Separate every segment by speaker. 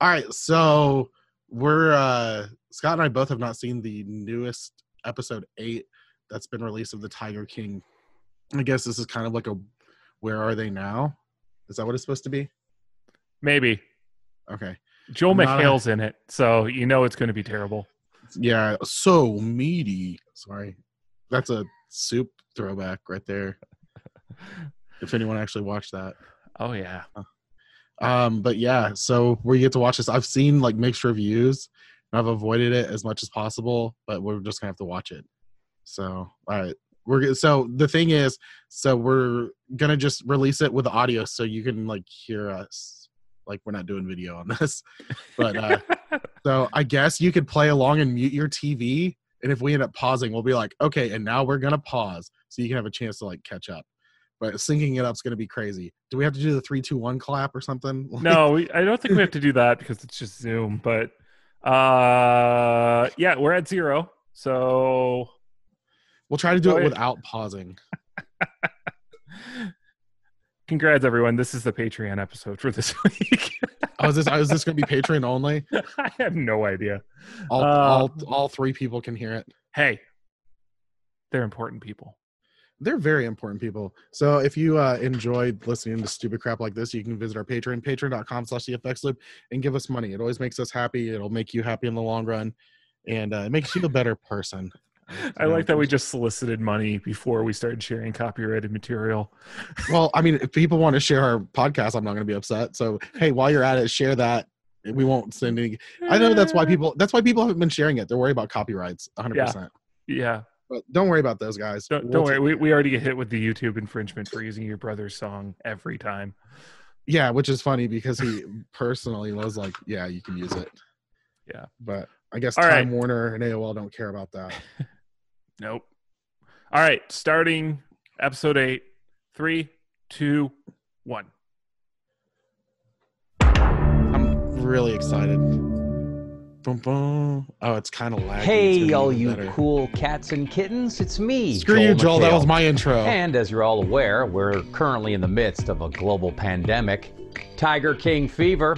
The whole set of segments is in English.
Speaker 1: All right, so we're uh Scott and I both have not seen the newest episode eight that's been released of the Tiger King. I guess this is kind of like a where are they now? Is that what it's supposed to be?
Speaker 2: Maybe
Speaker 1: Okay.
Speaker 2: Joel
Speaker 1: Not a-
Speaker 2: McHale's in it, so you know it's going to be terrible.
Speaker 1: Yeah, so meaty. Sorry. That's a soup throwback right there. If anyone actually watched that.
Speaker 2: Oh yeah,
Speaker 1: Um, but yeah, so we get to watch this. I've seen like mixed reviews and I've avoided it as much as possible, but we're just gonna have to watch it. So all right. We're g- so the thing is, so we're gonna just release it with the audio so you can like hear us. Like we're not doing video on this. But uh so I guess you could play along and mute your TV. And if we end up pausing, we'll be like, okay, and now we're gonna pause. So you can have a chance to like catch up. But syncing it up's gonna be crazy. Do we have to do the three, two, one clap or something?
Speaker 2: no, we, I don't think we have to do that because it's just Zoom. But uh, yeah, we're at zero, so
Speaker 1: We'll try to do
Speaker 2: Go
Speaker 1: it
Speaker 2: ahead.
Speaker 1: without pausing.
Speaker 2: congrats everyone. This is the Patreon episode for this week.
Speaker 1: Oh, is this is this going to be Patreon only?
Speaker 2: I have no idea.
Speaker 1: All,
Speaker 2: Uh,
Speaker 1: all all three people can hear it.
Speaker 2: Hey, they're important people.
Speaker 1: They're very important people. So if you uh, enjoyed listening to stupid crap like this, you can visit our Patreon, patreon.com slash the FX loop, and give us money. It always makes us happy. It'll make you happy in the long run. And uh, it makes you a better person.
Speaker 2: I like that we just solicited money before we started sharing copyrighted material.
Speaker 1: Well, I mean, if people want to share our podcast, I'm not going to be upset. So, hey, while you're at it, share that. We won't send any. I know that's why people. That's why people haven't been sharing it. They're worried about copyrights, 100. percent
Speaker 2: Yeah,
Speaker 1: But don't worry about those guys.
Speaker 2: don't,
Speaker 1: We'll
Speaker 2: don't
Speaker 1: take
Speaker 2: worry. We, we already get hit with the YouTube infringement for using your brother's song every time.
Speaker 1: Yeah, which is funny because he personally was like, "Yeah, you can use it."
Speaker 2: Yeah.
Speaker 1: but I guess
Speaker 2: All right.
Speaker 1: Time Warner and AOL don't care about that.
Speaker 2: Nope. All right, starting episode eight. Three, two, one.
Speaker 1: I'm really excited. Boom, boom. Oh, it's kind of laggy. It's gonna
Speaker 3: Hey,
Speaker 1: be
Speaker 3: all
Speaker 1: even
Speaker 3: you
Speaker 1: better.
Speaker 3: cool cats and kittens, it's me.
Speaker 1: Screw you, Joel. That
Speaker 3: McHale.
Speaker 1: was my intro.
Speaker 3: And as you're all aware, we're currently in the midst of a global pandemic, Tiger King fever.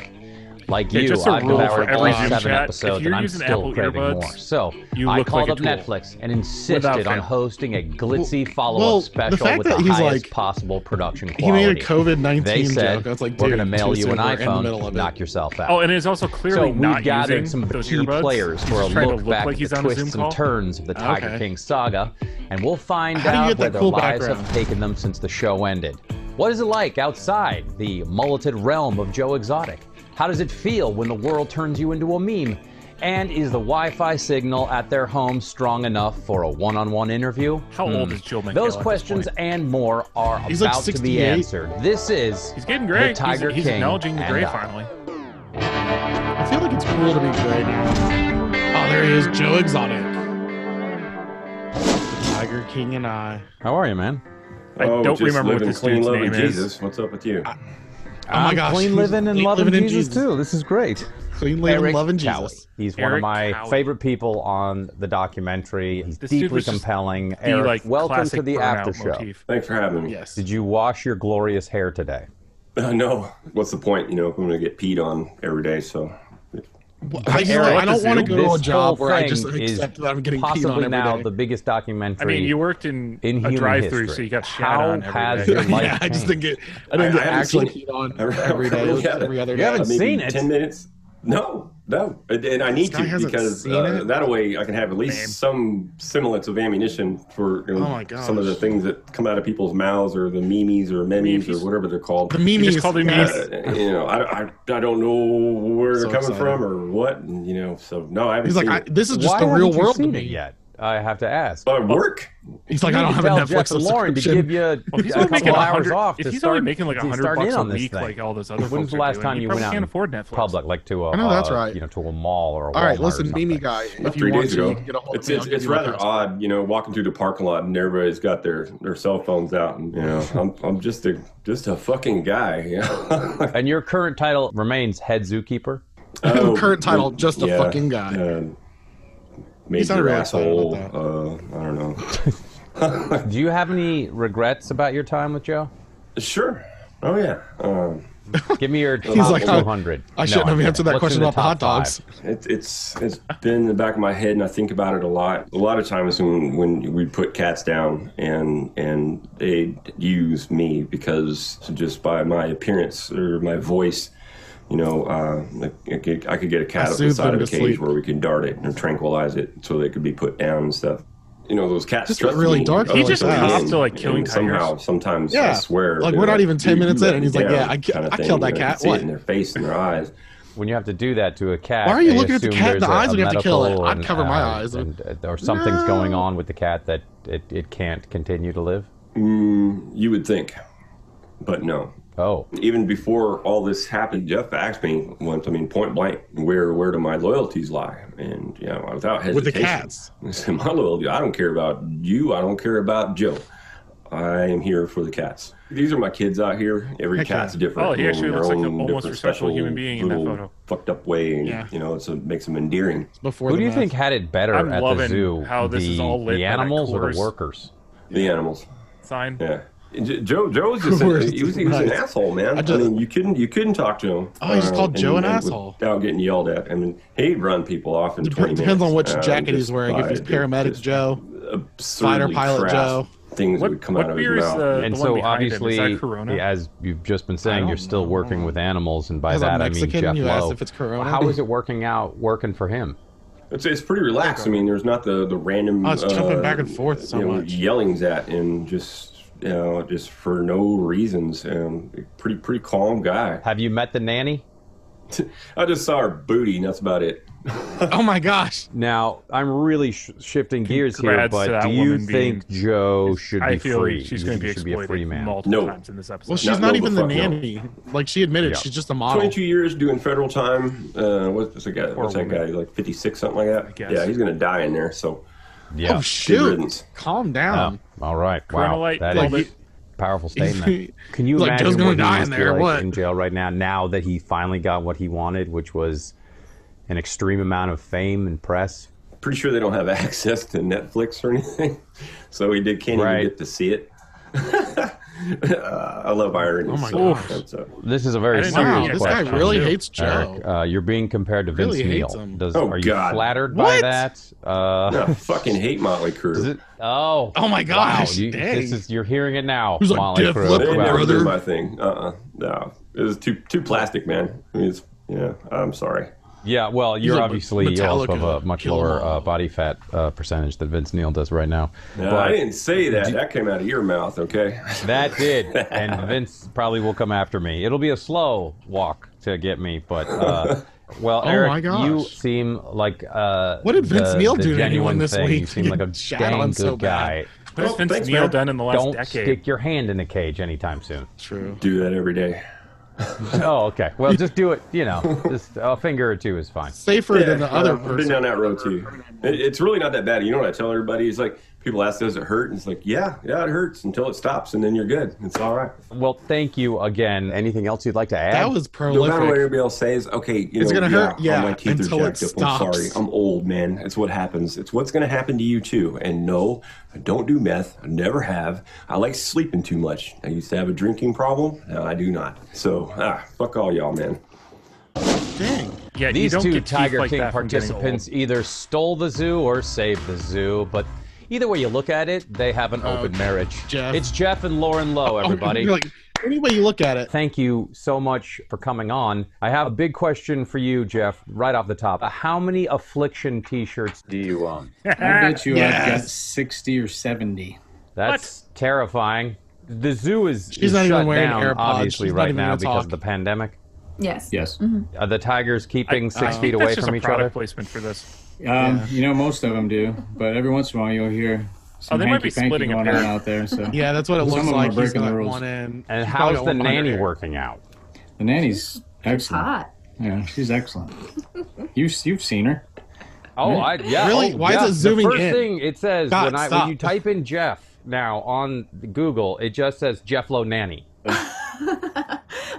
Speaker 3: Like
Speaker 2: Okay,
Speaker 3: you,
Speaker 2: just a
Speaker 3: I've
Speaker 2: rule
Speaker 1: for
Speaker 3: devoured
Speaker 1: every
Speaker 3: all
Speaker 1: Zoom
Speaker 3: seven
Speaker 2: chat, if
Speaker 3: episodes,
Speaker 2: you're
Speaker 3: and I'm
Speaker 2: using
Speaker 3: still
Speaker 2: Apple
Speaker 3: craving
Speaker 2: earbuds,
Speaker 3: more. So
Speaker 2: you
Speaker 3: I
Speaker 2: look like
Speaker 3: called
Speaker 2: a
Speaker 3: up
Speaker 2: tool.
Speaker 3: Netflix and insisted
Speaker 2: Without
Speaker 3: on
Speaker 2: fail.
Speaker 3: hosting a glitzy follow-up
Speaker 1: well, the
Speaker 3: special
Speaker 1: fact
Speaker 3: with
Speaker 1: that
Speaker 3: the
Speaker 1: he's
Speaker 3: highest
Speaker 1: like-
Speaker 3: possible production
Speaker 1: he
Speaker 3: quality.
Speaker 1: made a COVID
Speaker 3: they
Speaker 1: nineteen
Speaker 3: said
Speaker 1: joke. I was like,
Speaker 3: we're
Speaker 1: "Dude,
Speaker 3: going to mail
Speaker 1: too
Speaker 3: you an
Speaker 1: soon. We're in the middle
Speaker 3: iPhone.
Speaker 1: of it."
Speaker 3: Knock yourself out.
Speaker 2: Oh, and it's also clearly
Speaker 3: So
Speaker 2: not
Speaker 3: we've gathered
Speaker 2: using
Speaker 3: some of the
Speaker 2: those
Speaker 3: key
Speaker 2: earbuds.
Speaker 3: players
Speaker 2: He's
Speaker 3: for a
Speaker 2: just trying to
Speaker 3: look back
Speaker 2: like
Speaker 3: at
Speaker 2: he's
Speaker 3: the
Speaker 2: on a Zoom
Speaker 3: twists and
Speaker 2: call.
Speaker 3: turns of the Tiger
Speaker 1: Okay.
Speaker 3: King saga, and we'll find
Speaker 1: How do you
Speaker 3: out
Speaker 1: get that
Speaker 3: where their
Speaker 1: cool
Speaker 3: lives
Speaker 1: background?
Speaker 3: have taken them since the show ended. What is it like outside the mulleted realm of Joe Exotic? How does it feel when the world turns you into a meme? And is the Wi-Fi signal at their home strong enough for a one-on-one interview? Hmm.
Speaker 2: How old is Joe McHale?
Speaker 3: Those
Speaker 2: at this
Speaker 3: questions
Speaker 2: point?
Speaker 3: and more are
Speaker 1: He's like
Speaker 3: about to be
Speaker 1: 68.
Speaker 3: answered. This is
Speaker 2: He's getting gray.
Speaker 3: The Tiger
Speaker 2: he's, he's
Speaker 3: King
Speaker 2: acknowledging the
Speaker 3: and
Speaker 2: gray
Speaker 3: I.
Speaker 2: finally.
Speaker 1: I feel like it's cool to be gray now. Oh, there he is, Joe Exotic, the Tiger King, and I.
Speaker 3: How are you, man?
Speaker 2: I
Speaker 4: oh,
Speaker 2: don't
Speaker 4: just
Speaker 2: remember what
Speaker 4: living
Speaker 2: this
Speaker 4: clean
Speaker 2: dude's
Speaker 4: loving
Speaker 2: name
Speaker 4: Jesus.
Speaker 2: is.
Speaker 4: What's up with you?
Speaker 1: Oh my
Speaker 3: I'm
Speaker 1: gosh,
Speaker 3: clean
Speaker 1: he's
Speaker 3: living and
Speaker 1: clean
Speaker 3: loving,
Speaker 1: living in
Speaker 3: Jesus,
Speaker 1: Jesus.
Speaker 3: too. This is great.
Speaker 1: Clean living, loving
Speaker 3: Cowie.
Speaker 1: Jesus.
Speaker 3: He's one
Speaker 2: Eric
Speaker 3: of my
Speaker 2: Cowie.
Speaker 3: favorite people on the documentary. He's
Speaker 2: This dude
Speaker 3: deeply
Speaker 2: was just
Speaker 3: compelling.
Speaker 2: The,
Speaker 3: Eric,
Speaker 2: like,
Speaker 3: welcome
Speaker 2: classic
Speaker 3: to the
Speaker 2: burnout
Speaker 3: after show.
Speaker 2: motif.
Speaker 4: Thanks for having me.
Speaker 1: Yes.
Speaker 3: Did you wash your glorious hair today?
Speaker 4: Uh, no, what's the point? You know, I'm gonna get peed on every day. so.
Speaker 1: I, you know
Speaker 2: Eric,
Speaker 1: what, I don't
Speaker 2: this
Speaker 1: want to
Speaker 2: is-
Speaker 1: go to a
Speaker 3: this
Speaker 1: job
Speaker 3: whole
Speaker 1: where I
Speaker 3: thing
Speaker 1: just
Speaker 3: is
Speaker 1: accept that I'm getting peed on
Speaker 3: Possibly
Speaker 1: every
Speaker 3: now
Speaker 1: day.
Speaker 3: the biggest
Speaker 2: I
Speaker 3: documentary
Speaker 2: mean, you worked in,
Speaker 3: in
Speaker 2: a
Speaker 3: human
Speaker 2: drive-through,
Speaker 3: history.
Speaker 2: so you got shit
Speaker 3: How
Speaker 2: on every
Speaker 3: has
Speaker 2: day.
Speaker 3: your life-
Speaker 1: yeah, I just didn't get. I
Speaker 4: I-
Speaker 1: didn't
Speaker 4: I
Speaker 1: get
Speaker 4: haven't
Speaker 1: actually
Speaker 4: seen
Speaker 1: peed on
Speaker 4: I haven't-
Speaker 1: every day. It was
Speaker 4: Yeah.
Speaker 1: every other
Speaker 3: You
Speaker 1: day.
Speaker 3: haven't
Speaker 4: maybe
Speaker 3: seen it.
Speaker 4: Ten minutes? No, no, and, and I need
Speaker 1: guy
Speaker 4: to
Speaker 1: hasn't
Speaker 4: because
Speaker 1: seen
Speaker 4: uh,
Speaker 1: it?
Speaker 4: that way I can have at least
Speaker 2: Babe.
Speaker 4: some semblance of ammunition for you know,
Speaker 1: Oh my gosh.
Speaker 4: some of the things that come out of people's mouths or the memes or memes
Speaker 2: he's-
Speaker 4: or whatever they're called.
Speaker 1: The memes.
Speaker 2: just called him
Speaker 1: guys.
Speaker 2: memes.
Speaker 4: Uh, you know, I, I, I don't know where
Speaker 1: So
Speaker 4: they're coming
Speaker 1: excited.
Speaker 4: from or what. And, you know, so no, I haven't
Speaker 1: He's like,
Speaker 4: seen
Speaker 1: I,
Speaker 4: it.
Speaker 1: this is just
Speaker 3: Why
Speaker 1: the real
Speaker 3: haven't you
Speaker 1: world to
Speaker 3: seen
Speaker 1: me.
Speaker 3: it yet? I have to ask.
Speaker 4: Uh, work.
Speaker 1: He's like,
Speaker 3: You
Speaker 1: I don't
Speaker 3: need
Speaker 1: have
Speaker 3: to
Speaker 1: a
Speaker 3: tell
Speaker 1: Netflix
Speaker 3: Jeff and Lauren to give
Speaker 1: subscription.
Speaker 3: you a,
Speaker 2: Well, if he's
Speaker 3: a
Speaker 2: only making
Speaker 3: couple
Speaker 2: a
Speaker 3: hours
Speaker 2: hundred,
Speaker 3: off
Speaker 2: if
Speaker 3: to
Speaker 2: he's
Speaker 3: start,
Speaker 2: only making like
Speaker 3: to
Speaker 2: a hundred
Speaker 3: start in
Speaker 2: bucks a
Speaker 3: on this
Speaker 2: week,
Speaker 3: thing.
Speaker 2: like all those other.
Speaker 3: When's
Speaker 2: folks
Speaker 3: the
Speaker 2: are
Speaker 3: last
Speaker 2: doing,
Speaker 3: time
Speaker 2: you,
Speaker 3: you
Speaker 2: probably
Speaker 3: went out
Speaker 2: can't
Speaker 3: and
Speaker 2: afford Netflix?
Speaker 3: Public, like to a,
Speaker 1: I know, that's
Speaker 3: uh,
Speaker 1: right.
Speaker 3: you know, to a mall or a
Speaker 1: All right,
Speaker 3: Walmart or
Speaker 1: listen,
Speaker 3: something.
Speaker 1: Mimi guy. If you
Speaker 4: three
Speaker 1: want
Speaker 4: days
Speaker 1: to,
Speaker 4: ago.
Speaker 1: you can get a hold
Speaker 4: It's
Speaker 1: of me. I'll
Speaker 4: it's,
Speaker 1: give
Speaker 4: it's
Speaker 1: you my
Speaker 4: rather
Speaker 1: password.
Speaker 4: odd, you know, walking through the parking lot and everybody's got their, their cell phones out, and you know, I'm I'm just a just a fucking guy. You know?
Speaker 3: And your current title remains head zookeeper.
Speaker 4: Oh,
Speaker 1: Current title, just a
Speaker 4: yeah,
Speaker 1: fucking guy.
Speaker 4: Um,
Speaker 1: He's not
Speaker 4: major
Speaker 1: really excited
Speaker 4: asshole.
Speaker 1: about
Speaker 4: Uh, I don't know.
Speaker 3: Do you have any regrets about your time with Joe?
Speaker 4: Sure. Oh yeah. Um,
Speaker 3: Give me your
Speaker 4: He's
Speaker 3: top
Speaker 4: like,
Speaker 1: I-
Speaker 3: 200.
Speaker 1: I shouldn't have answered that question about the hot dogs.
Speaker 4: It's it's it's been in the back of my head, and I think about it a lot. A lot of times when when we put cats down, and and they use me because just by my appearance or my voice, you know, uh, I, could, I could get a
Speaker 1: I
Speaker 4: cat up the
Speaker 1: soothe
Speaker 4: side
Speaker 1: them
Speaker 4: of a
Speaker 1: to
Speaker 4: cage
Speaker 1: sleep.
Speaker 4: where we could dart it and tranquilize it so they could be put down and stuff. You know, those cats
Speaker 1: Just
Speaker 4: trust
Speaker 1: got really
Speaker 4: me.
Speaker 1: dark
Speaker 4: I
Speaker 1: He
Speaker 4: like
Speaker 1: just
Speaker 4: them.
Speaker 1: copped
Speaker 2: to, like,
Speaker 4: And
Speaker 2: killing
Speaker 4: somehow.
Speaker 2: tigers.
Speaker 4: Sometimes I
Speaker 1: Yeah.
Speaker 4: swear,
Speaker 1: Like,
Speaker 4: they're
Speaker 1: we're not even 10
Speaker 4: "Dude, you
Speaker 1: minutes
Speaker 4: let
Speaker 1: in," and
Speaker 4: me
Speaker 1: he's like,
Speaker 4: down,"
Speaker 1: "Yeah, I ki-
Speaker 4: kinda
Speaker 1: I
Speaker 4: thing,
Speaker 1: killed that
Speaker 4: you know, you
Speaker 1: cat.
Speaker 4: see it
Speaker 1: What?
Speaker 4: in their face and their eyes.
Speaker 3: When you have to do that to a cat,
Speaker 1: Why are you
Speaker 3: they
Speaker 1: looking at the
Speaker 3: assume
Speaker 1: cat in the
Speaker 3: there's a-
Speaker 1: eyes when
Speaker 3: a
Speaker 1: you have to kill it?
Speaker 3: medical
Speaker 1: I'd
Speaker 3: and,
Speaker 1: cover my
Speaker 3: uh,
Speaker 1: eyes.
Speaker 3: and- or something's
Speaker 1: No.
Speaker 3: going on with the cat that it, it can't continue to live.
Speaker 4: Mm, you would think, but no.
Speaker 3: Oh,
Speaker 4: Even before all this happened, Jeff asked me once. I mean, point blank, where where do my loyalties lie? And you know, without hesitation,
Speaker 1: With the cats.
Speaker 4: I said, my loyalty. I don't care about you. I don't care about Joe. I am here for the cats. These are my kids out here. Every
Speaker 1: Heck yeah.
Speaker 4: cat's different.
Speaker 2: Oh, he
Speaker 4: in
Speaker 2: actually
Speaker 4: their
Speaker 2: looks like
Speaker 4: own
Speaker 2: an almost
Speaker 4: different
Speaker 2: respectable human being in that
Speaker 4: little
Speaker 2: photo.
Speaker 4: Fucked up way, and,
Speaker 1: Yeah.
Speaker 4: you know, it's a, makes them endearing.
Speaker 1: Before
Speaker 3: who
Speaker 1: the
Speaker 3: do you
Speaker 1: meth.
Speaker 3: think had it better
Speaker 2: I'm
Speaker 3: at the
Speaker 2: loving
Speaker 3: zoo?
Speaker 2: how this
Speaker 3: the,
Speaker 2: is all lit
Speaker 3: the
Speaker 2: by that
Speaker 3: animals or
Speaker 2: Coors.
Speaker 3: the workers?
Speaker 4: The animals.
Speaker 2: Sign.
Speaker 4: Yeah. J- Joe Joe was just
Speaker 1: Coors
Speaker 4: he was, he was an
Speaker 1: Light.
Speaker 4: asshole, man.
Speaker 1: I
Speaker 4: I,
Speaker 1: just-
Speaker 4: mean, you couldn't you couldn't talk to him. Uh,
Speaker 1: Oh, he just called Joe an asshole.
Speaker 4: without getting yelled at. I mean, he'd run people off in
Speaker 1: Dep-
Speaker 4: twenty
Speaker 1: depends
Speaker 4: minutes,
Speaker 1: on which
Speaker 4: uh,
Speaker 1: jacket
Speaker 4: just
Speaker 1: he's wearing. If
Speaker 4: by
Speaker 1: he's
Speaker 4: the-
Speaker 1: paramedic
Speaker 4: just
Speaker 1: Joe,
Speaker 4: absurdly
Speaker 1: fighter pilot
Speaker 4: crass
Speaker 1: Joe.
Speaker 4: things
Speaker 2: What-
Speaker 4: would come
Speaker 2: what
Speaker 4: out of
Speaker 2: beer
Speaker 4: his
Speaker 2: is
Speaker 4: mouth.
Speaker 2: the-
Speaker 3: and
Speaker 2: one
Speaker 3: so
Speaker 2: behind him, is
Speaker 3: obviously,
Speaker 2: that Corona?
Speaker 3: as you've just been
Speaker 1: I
Speaker 3: saying,
Speaker 1: don't
Speaker 3: you're still
Speaker 1: know.
Speaker 3: working with animals, and by
Speaker 1: As a
Speaker 3: that I mean
Speaker 1: Mexican,
Speaker 3: Jeff
Speaker 1: you asked
Speaker 3: Lowe.
Speaker 1: if it's Corona?
Speaker 3: How is it working out, working for him?
Speaker 4: It's, it's pretty relaxed. I mean, there's not the the random. uh,
Speaker 1: Oh, it's jumping back and forth so
Speaker 4: you know,
Speaker 1: much.
Speaker 4: Yellings at and just you know just for no reasons. Um, pretty pretty calm guy.
Speaker 3: Have you met the nanny?
Speaker 4: I just saw her booty, and that's about it.
Speaker 1: oh my gosh,
Speaker 3: Now I'm really sh- shifting gears here,
Speaker 2: Congrats to
Speaker 3: but
Speaker 2: that
Speaker 3: do you
Speaker 2: woman being-
Speaker 3: think Joe should
Speaker 2: I
Speaker 3: be
Speaker 2: feel
Speaker 3: free?
Speaker 2: she's
Speaker 3: You
Speaker 2: going
Speaker 3: think
Speaker 2: to be
Speaker 3: he should be a
Speaker 2: exploited
Speaker 3: free man.
Speaker 2: multiple
Speaker 4: No.
Speaker 2: times in this episode.
Speaker 1: well she's
Speaker 4: Not-
Speaker 1: not,
Speaker 4: no,
Speaker 1: even
Speaker 4: the
Speaker 1: the
Speaker 4: fuck no.
Speaker 1: nanny. Like she admitted,
Speaker 3: Yeah.
Speaker 1: she's just a model.
Speaker 4: 22 years doing federal time. Uh, what's the guy? What's that guy?
Speaker 2: woman.
Speaker 4: Like 56, something like that.
Speaker 2: guess.
Speaker 4: Yeah, he's gonna die in there. So
Speaker 3: Yeah.
Speaker 1: Oh
Speaker 4: good
Speaker 1: shoot!
Speaker 4: riddance.
Speaker 1: Calm
Speaker 3: Oh,
Speaker 1: down.
Speaker 3: all right.
Speaker 2: Corona
Speaker 3: Wow.
Speaker 2: Light,
Speaker 3: that
Speaker 2: love
Speaker 3: is
Speaker 2: Um, it.
Speaker 3: a powerful statement. Can you
Speaker 1: Like,
Speaker 3: imagine
Speaker 1: Joe's gonna
Speaker 3: what he
Speaker 1: die
Speaker 3: must
Speaker 1: in
Speaker 3: be
Speaker 1: there,
Speaker 3: like
Speaker 1: what?
Speaker 3: in jail right now? Now that he finally got what he wanted, which was an extreme amount of fame and press.
Speaker 4: pretty sure they don't have access to Netflix or anything. So he did can't
Speaker 3: Right.
Speaker 4: even get to see it. Uh, I love irony.
Speaker 1: Oh my
Speaker 4: so
Speaker 1: gosh.
Speaker 4: that's, uh,
Speaker 3: This is a
Speaker 2: I
Speaker 3: very
Speaker 2: didn't know
Speaker 1: Wow,
Speaker 2: Yeah,
Speaker 3: serious
Speaker 1: this guy
Speaker 3: question.
Speaker 1: really
Speaker 2: Joe.
Speaker 1: hates Joe.
Speaker 3: Eric, uh, you're being compared to Vince
Speaker 1: Really hates
Speaker 3: Neil.
Speaker 1: him.
Speaker 3: Does,
Speaker 4: Oh,
Speaker 3: are you
Speaker 4: God.
Speaker 3: flattered by
Speaker 1: What?
Speaker 3: that? Uh,
Speaker 4: I fucking hate Motley
Speaker 3: Is
Speaker 4: Crue.
Speaker 3: it? Oh.
Speaker 1: Oh my
Speaker 3: Wow,
Speaker 1: gosh,
Speaker 3: you,
Speaker 1: dang.
Speaker 3: this is you're hearing it now.
Speaker 1: Who's like,
Speaker 3: Molly
Speaker 1: Def
Speaker 3: Crew.
Speaker 4: they
Speaker 1: Leppard,
Speaker 3: Wow.
Speaker 4: never
Speaker 1: brother?
Speaker 4: did my thing. Uh, uh no, it was too too plastic, man. I mean, it's, yeah, I'm sorry.
Speaker 3: Yeah, well, you're
Speaker 1: like
Speaker 3: obviously you also have a
Speaker 1: Metallica,
Speaker 3: much
Speaker 1: Kill 'em
Speaker 3: lower
Speaker 1: all.
Speaker 3: uh, body fat uh, percentage than Vince Neil does right now.
Speaker 4: No, I didn't say that. that came out of your mouth, okay?
Speaker 3: That did, and Vince probably will come after me. It'll be a slow walk to get me, but uh, well,
Speaker 1: Oh
Speaker 3: Eric,
Speaker 1: my gosh.
Speaker 3: you seem like uh,
Speaker 1: What did Vince
Speaker 3: the-
Speaker 1: Neil
Speaker 3: the
Speaker 1: do to anyone
Speaker 3: genuine
Speaker 1: this
Speaker 3: thing.
Speaker 1: week
Speaker 3: You
Speaker 1: to
Speaker 3: seem like a
Speaker 1: get shat on
Speaker 3: dang good
Speaker 1: so
Speaker 3: guy.
Speaker 1: bad?
Speaker 2: What has
Speaker 4: Oh,
Speaker 2: Vince
Speaker 4: thanks,
Speaker 2: Neil
Speaker 4: man.
Speaker 2: done in the last
Speaker 3: Don't
Speaker 2: decade?
Speaker 3: stick your hand in a cage anytime soon.
Speaker 1: True.
Speaker 4: Do that every day.
Speaker 3: oh, okay. Well, just do it. You know, just a finger or two is fine.
Speaker 1: Safer than the
Speaker 4: Yeah,
Speaker 1: other
Speaker 4: I've been
Speaker 1: person.
Speaker 4: down that road too. It, it's really not that bad. You know what I tell everybody? It's like people ask, "Does it hurt?" And it's like, "Yeah, yeah, it hurts until it stops, and then you're good. It's all right."
Speaker 3: Well, thank you again. Anything else you'd like to add?
Speaker 1: That was
Speaker 4: No matter what
Speaker 1: prolific.
Speaker 4: everybody else says, okay, you
Speaker 1: It's
Speaker 4: know,
Speaker 1: gonna
Speaker 4: yeah,
Speaker 1: hurt, yeah,
Speaker 4: my teeth
Speaker 1: until
Speaker 4: are
Speaker 1: it
Speaker 4: jacked up. I'm sorry,
Speaker 1: stops.
Speaker 4: I'm old, man. It's what happens. It's what's gonna happen to you too. And no, I don't do meth. I never have. I like sleeping too much. I used to have a drinking problem. Now I do not. So ah, fuck all y'all, man.
Speaker 1: Dang.
Speaker 2: Yeah, you
Speaker 3: These
Speaker 2: don't
Speaker 3: two
Speaker 2: get teeth
Speaker 3: Tiger
Speaker 2: like
Speaker 3: King
Speaker 2: that from getting old.
Speaker 3: participants either stole the zoo or saved the zoo, but either way you look at it, they have an open marriage.
Speaker 1: Oh, Jeff. Oh,
Speaker 3: It's Jeff and Lauren Lowe, everybody.
Speaker 1: You're like, any way you look at it,
Speaker 3: Thank you so much for coming on. I have a big question for you, Jeff, right off the top. How many affliction t shirts?
Speaker 5: do you own? I bet you I've got
Speaker 1: Yes.
Speaker 5: 60 or 70.
Speaker 3: That's terrifying. The zoo is,
Speaker 1: She's
Speaker 3: is
Speaker 1: not even
Speaker 3: shut
Speaker 1: wearing
Speaker 3: down,
Speaker 1: AirPods.
Speaker 3: obviously,
Speaker 1: She's not
Speaker 3: right
Speaker 1: even
Speaker 3: now
Speaker 1: gonna
Speaker 3: because of
Speaker 1: talk.
Speaker 3: the pandemic.
Speaker 6: Yes.
Speaker 5: Yes.
Speaker 3: Are the tigers keeping six
Speaker 2: I
Speaker 3: feet
Speaker 2: think
Speaker 3: away
Speaker 2: that's just
Speaker 3: from
Speaker 2: a
Speaker 3: each
Speaker 2: product
Speaker 3: other?
Speaker 2: placement for this.
Speaker 5: Um, You know, most of them do, but every once in a while you'll hear some
Speaker 2: Oh, they might be
Speaker 5: hanky-panky
Speaker 2: splitting a
Speaker 5: going on
Speaker 2: pair.
Speaker 5: out there. So
Speaker 1: yeah, that's what it
Speaker 5: Some of
Speaker 1: looks
Speaker 5: them
Speaker 1: like.
Speaker 5: are
Speaker 1: He's
Speaker 5: breaking the
Speaker 1: got
Speaker 5: rules.
Speaker 1: one in.
Speaker 3: And
Speaker 1: he's probably
Speaker 3: how's
Speaker 1: got
Speaker 3: the
Speaker 1: one
Speaker 3: nanny
Speaker 1: under.
Speaker 3: working out?
Speaker 5: the nanny's excellent.
Speaker 6: Hot.
Speaker 5: Yeah, she's excellent. You you've seen her.
Speaker 3: Oh, I yeah.
Speaker 1: Really?
Speaker 3: oh,
Speaker 1: Why is
Speaker 3: yeah.
Speaker 1: it zooming
Speaker 3: The first
Speaker 1: in?
Speaker 3: thing it says
Speaker 1: God,
Speaker 3: when I
Speaker 1: stop.
Speaker 3: when you type in Jeff now on Google, it just says Jeff Lo Nanny.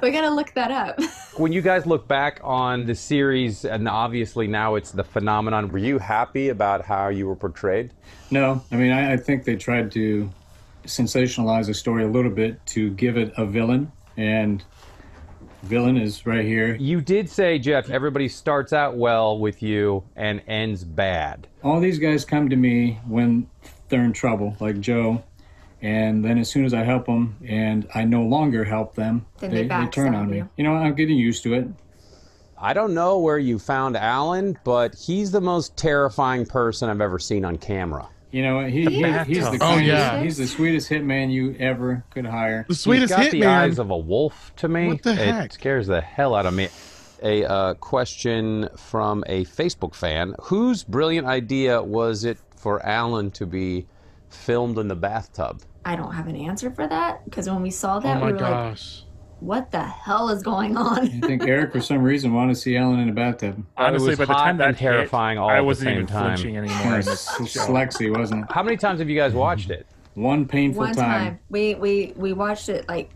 Speaker 6: We gotta look that up.
Speaker 3: When you guys look back on the series, and obviously now it's the phenomenon. Were you happy about how you were portrayed?
Speaker 5: No, I mean I, I think they tried to sensationalize the story a little bit to give it a villain, and villain is right here.
Speaker 3: You did say, Jeff, everybody starts out well with you and ends bad.
Speaker 5: All these guys come to me when they're in trouble, like Joe. And then as soon as I help them and I no longer help them,
Speaker 6: Then they
Speaker 5: turn
Speaker 6: backstab
Speaker 5: on me.
Speaker 6: you.
Speaker 5: You know, I'm getting used to it.
Speaker 3: I don't know where you found Alan, but he's the most terrifying person I've ever seen on camera.
Speaker 5: You know, he, he- he's the
Speaker 6: bathtub.
Speaker 5: kindest,
Speaker 1: Oh, yeah.
Speaker 5: he's the sweetest hitman you ever could hire.
Speaker 1: The
Speaker 3: He's
Speaker 1: sweetest
Speaker 3: got the eyes
Speaker 1: hitman.
Speaker 3: of a wolf to me.
Speaker 1: What the
Speaker 3: It
Speaker 1: heck?
Speaker 3: scares the hell out of me. A uh, question from a Facebook fan: Whose brilliant idea was it for Alan to be filmed in the bathtub?
Speaker 6: I don't have an answer for that because when we saw
Speaker 1: oh
Speaker 6: that,
Speaker 1: my
Speaker 6: we were like,
Speaker 1: gosh.
Speaker 6: "What the hell is going on?"
Speaker 5: I think Eric, for some reason, wanted to see Alan in a bathtub.
Speaker 2: Honestly,
Speaker 3: was
Speaker 2: by the
Speaker 3: hot
Speaker 2: time that
Speaker 3: and terrifying
Speaker 2: hit,
Speaker 3: all at
Speaker 2: I
Speaker 3: the
Speaker 2: wasn't
Speaker 3: same
Speaker 2: even
Speaker 3: time.
Speaker 2: flinching
Speaker 5: Or
Speaker 2: anymore. in this
Speaker 5: s-
Speaker 2: show.
Speaker 5: Slexy, wasn't it?
Speaker 3: How many times have you guys watched it?
Speaker 5: One painful
Speaker 6: One
Speaker 5: time.
Speaker 6: time, we we we watched it like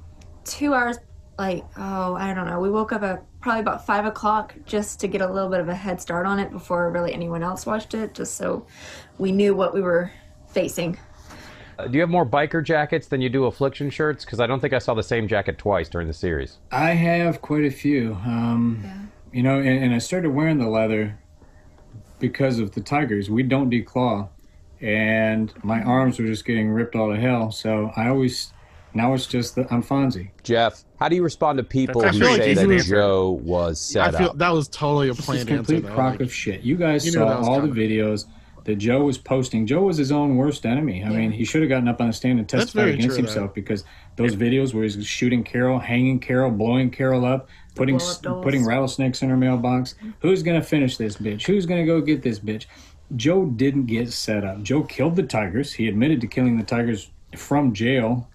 Speaker 6: two hours. Like oh, I don't know. We woke up at probably about five o'clock just to get a little bit of a head start on it before really anyone else watched it, just so we knew what we were facing.
Speaker 3: Uh, do you have more biker jackets than you do affliction shirts? Because I don't think I saw the same jacket twice during the series.
Speaker 5: I have quite a few. Um, You know, and, and I started wearing the leather because of the tigers. We don't declaw, and my arms were just getting ripped all to hell. So I always now it's just that I'm Fonzie.
Speaker 3: Jeff, how do you respond to people
Speaker 2: That's
Speaker 3: who
Speaker 1: actually
Speaker 3: say
Speaker 1: a
Speaker 3: that
Speaker 1: decent answer.
Speaker 3: Joe was
Speaker 1: I
Speaker 3: set
Speaker 1: feel
Speaker 3: up?
Speaker 1: that was totally a
Speaker 5: This is
Speaker 1: planned answer
Speaker 5: complete
Speaker 1: though.
Speaker 5: crock
Speaker 1: Like,
Speaker 5: of shit. You guys
Speaker 1: You knew
Speaker 5: saw
Speaker 1: that was
Speaker 5: all
Speaker 1: coming.
Speaker 5: the videos that Joe was posting. Joe was his own worst enemy. I mean, he should have gotten up on the stand and
Speaker 1: That's
Speaker 5: testified
Speaker 1: very
Speaker 5: against
Speaker 1: true,
Speaker 5: himself because those videos where he's shooting Carol, hanging Carol, blowing Carol up, putting
Speaker 6: blow up dolls.
Speaker 5: putting rattlesnakes in her mailbox. Who's gonna finish this bitch? Who's gonna go get this bitch? Joe didn't get set up. Joe killed the tigers. He admitted to killing the tigers from jail.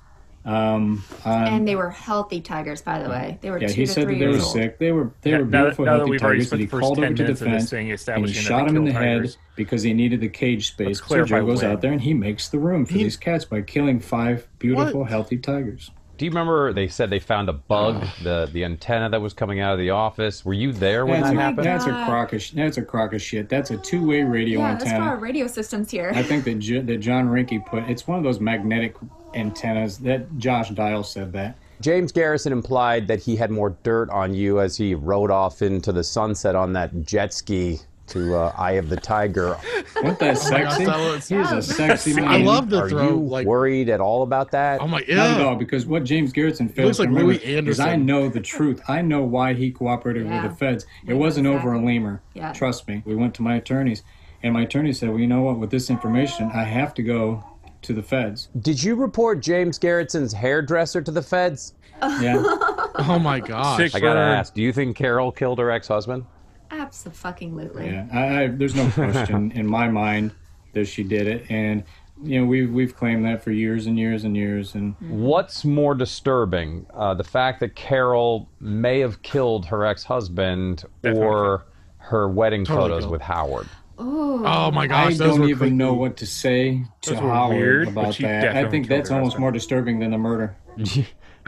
Speaker 5: Um, on-
Speaker 6: and they were healthy tigers, by the way. They were
Speaker 5: yeah,
Speaker 6: two
Speaker 5: he
Speaker 6: to
Speaker 5: said
Speaker 6: three
Speaker 5: that they were
Speaker 6: years old.
Speaker 5: sick. They were they
Speaker 2: Yeah,
Speaker 5: were
Speaker 2: now that-
Speaker 5: beautiful,
Speaker 2: now that
Speaker 5: healthy
Speaker 2: we've already
Speaker 5: tigers that
Speaker 2: spent
Speaker 5: he
Speaker 2: the first
Speaker 5: called over
Speaker 2: 10
Speaker 5: to the
Speaker 2: minutes of this
Speaker 5: fence
Speaker 2: thing
Speaker 5: and he
Speaker 2: establishing that
Speaker 5: shot
Speaker 2: they
Speaker 5: him in the
Speaker 2: kill tigers.
Speaker 5: head because he needed the cage space. So
Speaker 2: clarify
Speaker 5: Joe goes
Speaker 2: when.
Speaker 5: out there and he makes the room for these cats by killing five beautiful, healthy tigers.
Speaker 3: Do you remember they said they found a bug, the the antenna that was coming out of the office? Were you there when
Speaker 5: That's,
Speaker 3: that
Speaker 5: a,
Speaker 3: happened?
Speaker 5: that's a
Speaker 6: Oh God.
Speaker 5: crock of sh- that's a crock of shit. That's a two way radio
Speaker 6: Yeah, that's for our
Speaker 5: antenna.
Speaker 6: radio systems here.
Speaker 5: I think that J- that John Rinke put it's one of those magnetic antennas that Josh Dial said that.
Speaker 3: James Garrison implied that he had more dirt on you as he rode off into the sunset on that jet ski to uh, Eye of the Tiger.
Speaker 5: Wasn't that
Speaker 1: Oh gosh,
Speaker 5: sexy?
Speaker 1: that was-
Speaker 5: He is a sexy man.
Speaker 1: I love the
Speaker 3: Are
Speaker 1: throw.
Speaker 3: you
Speaker 1: Like
Speaker 3: worried at all about that?
Speaker 1: I'm like,
Speaker 5: Not at
Speaker 1: yeah.
Speaker 5: all, because what James Garrettson fails
Speaker 1: looks like
Speaker 5: to remember
Speaker 1: Louis
Speaker 5: is
Speaker 1: Anderson.
Speaker 5: I know the truth. I know why he cooperated
Speaker 6: Yeah.
Speaker 5: with the feds. It wasn't over a
Speaker 6: exactly.
Speaker 5: lemur.
Speaker 6: Yeah.
Speaker 5: Trust me. We went to my attorneys, and my attorney said, "Well, you know what? With this information, I have to go to the feds."
Speaker 3: Did you report James Garrison's hairdresser to the feds?
Speaker 5: Yeah.
Speaker 1: oh my gosh.
Speaker 2: Sick.
Speaker 3: I gotta
Speaker 2: Sure.
Speaker 3: ask, do you think Carol killed her ex-husband?
Speaker 6: Absolutely.
Speaker 5: yeah. I, I, there's no question in my mind that she did it, and you know we've we've claimed that for years and years and years, and
Speaker 6: Mm-hmm.
Speaker 3: What's more disturbing, uh, the fact that Carol may have killed her ex-husband or her wedding
Speaker 1: Totally
Speaker 3: photos
Speaker 1: killed.
Speaker 3: with Howard?
Speaker 6: Ooh.
Speaker 1: Oh my
Speaker 5: I
Speaker 1: gosh. those
Speaker 5: don't
Speaker 1: were
Speaker 5: even
Speaker 1: creepy.
Speaker 5: know what to say to
Speaker 2: Those were
Speaker 5: Howard
Speaker 2: weird, but
Speaker 5: about
Speaker 2: she
Speaker 5: that. I
Speaker 2: definitely
Speaker 5: think
Speaker 2: killed
Speaker 5: that's
Speaker 2: her
Speaker 5: almost
Speaker 2: husband.
Speaker 5: more disturbing than the murder.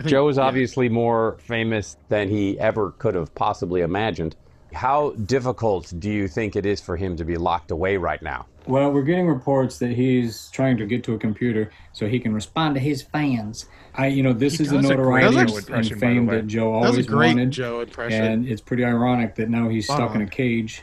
Speaker 3: Joe is obviously more famous than he ever could have possibly imagined. How difficult do you think it is for him to be locked away right now?
Speaker 5: Well, we're getting reports that he's trying to get to a computer so he can respond to his fans. I, you know, this is the
Speaker 2: does a great
Speaker 5: notoriety
Speaker 1: Joe
Speaker 5: and
Speaker 2: impression, by the
Speaker 5: fame
Speaker 2: way.
Speaker 5: that Joe
Speaker 1: That
Speaker 5: always
Speaker 1: was a great
Speaker 5: wanted,
Speaker 1: Joe impression.
Speaker 5: and it's pretty ironic that now he's
Speaker 1: Spot
Speaker 5: stuck in
Speaker 1: on.
Speaker 5: a cage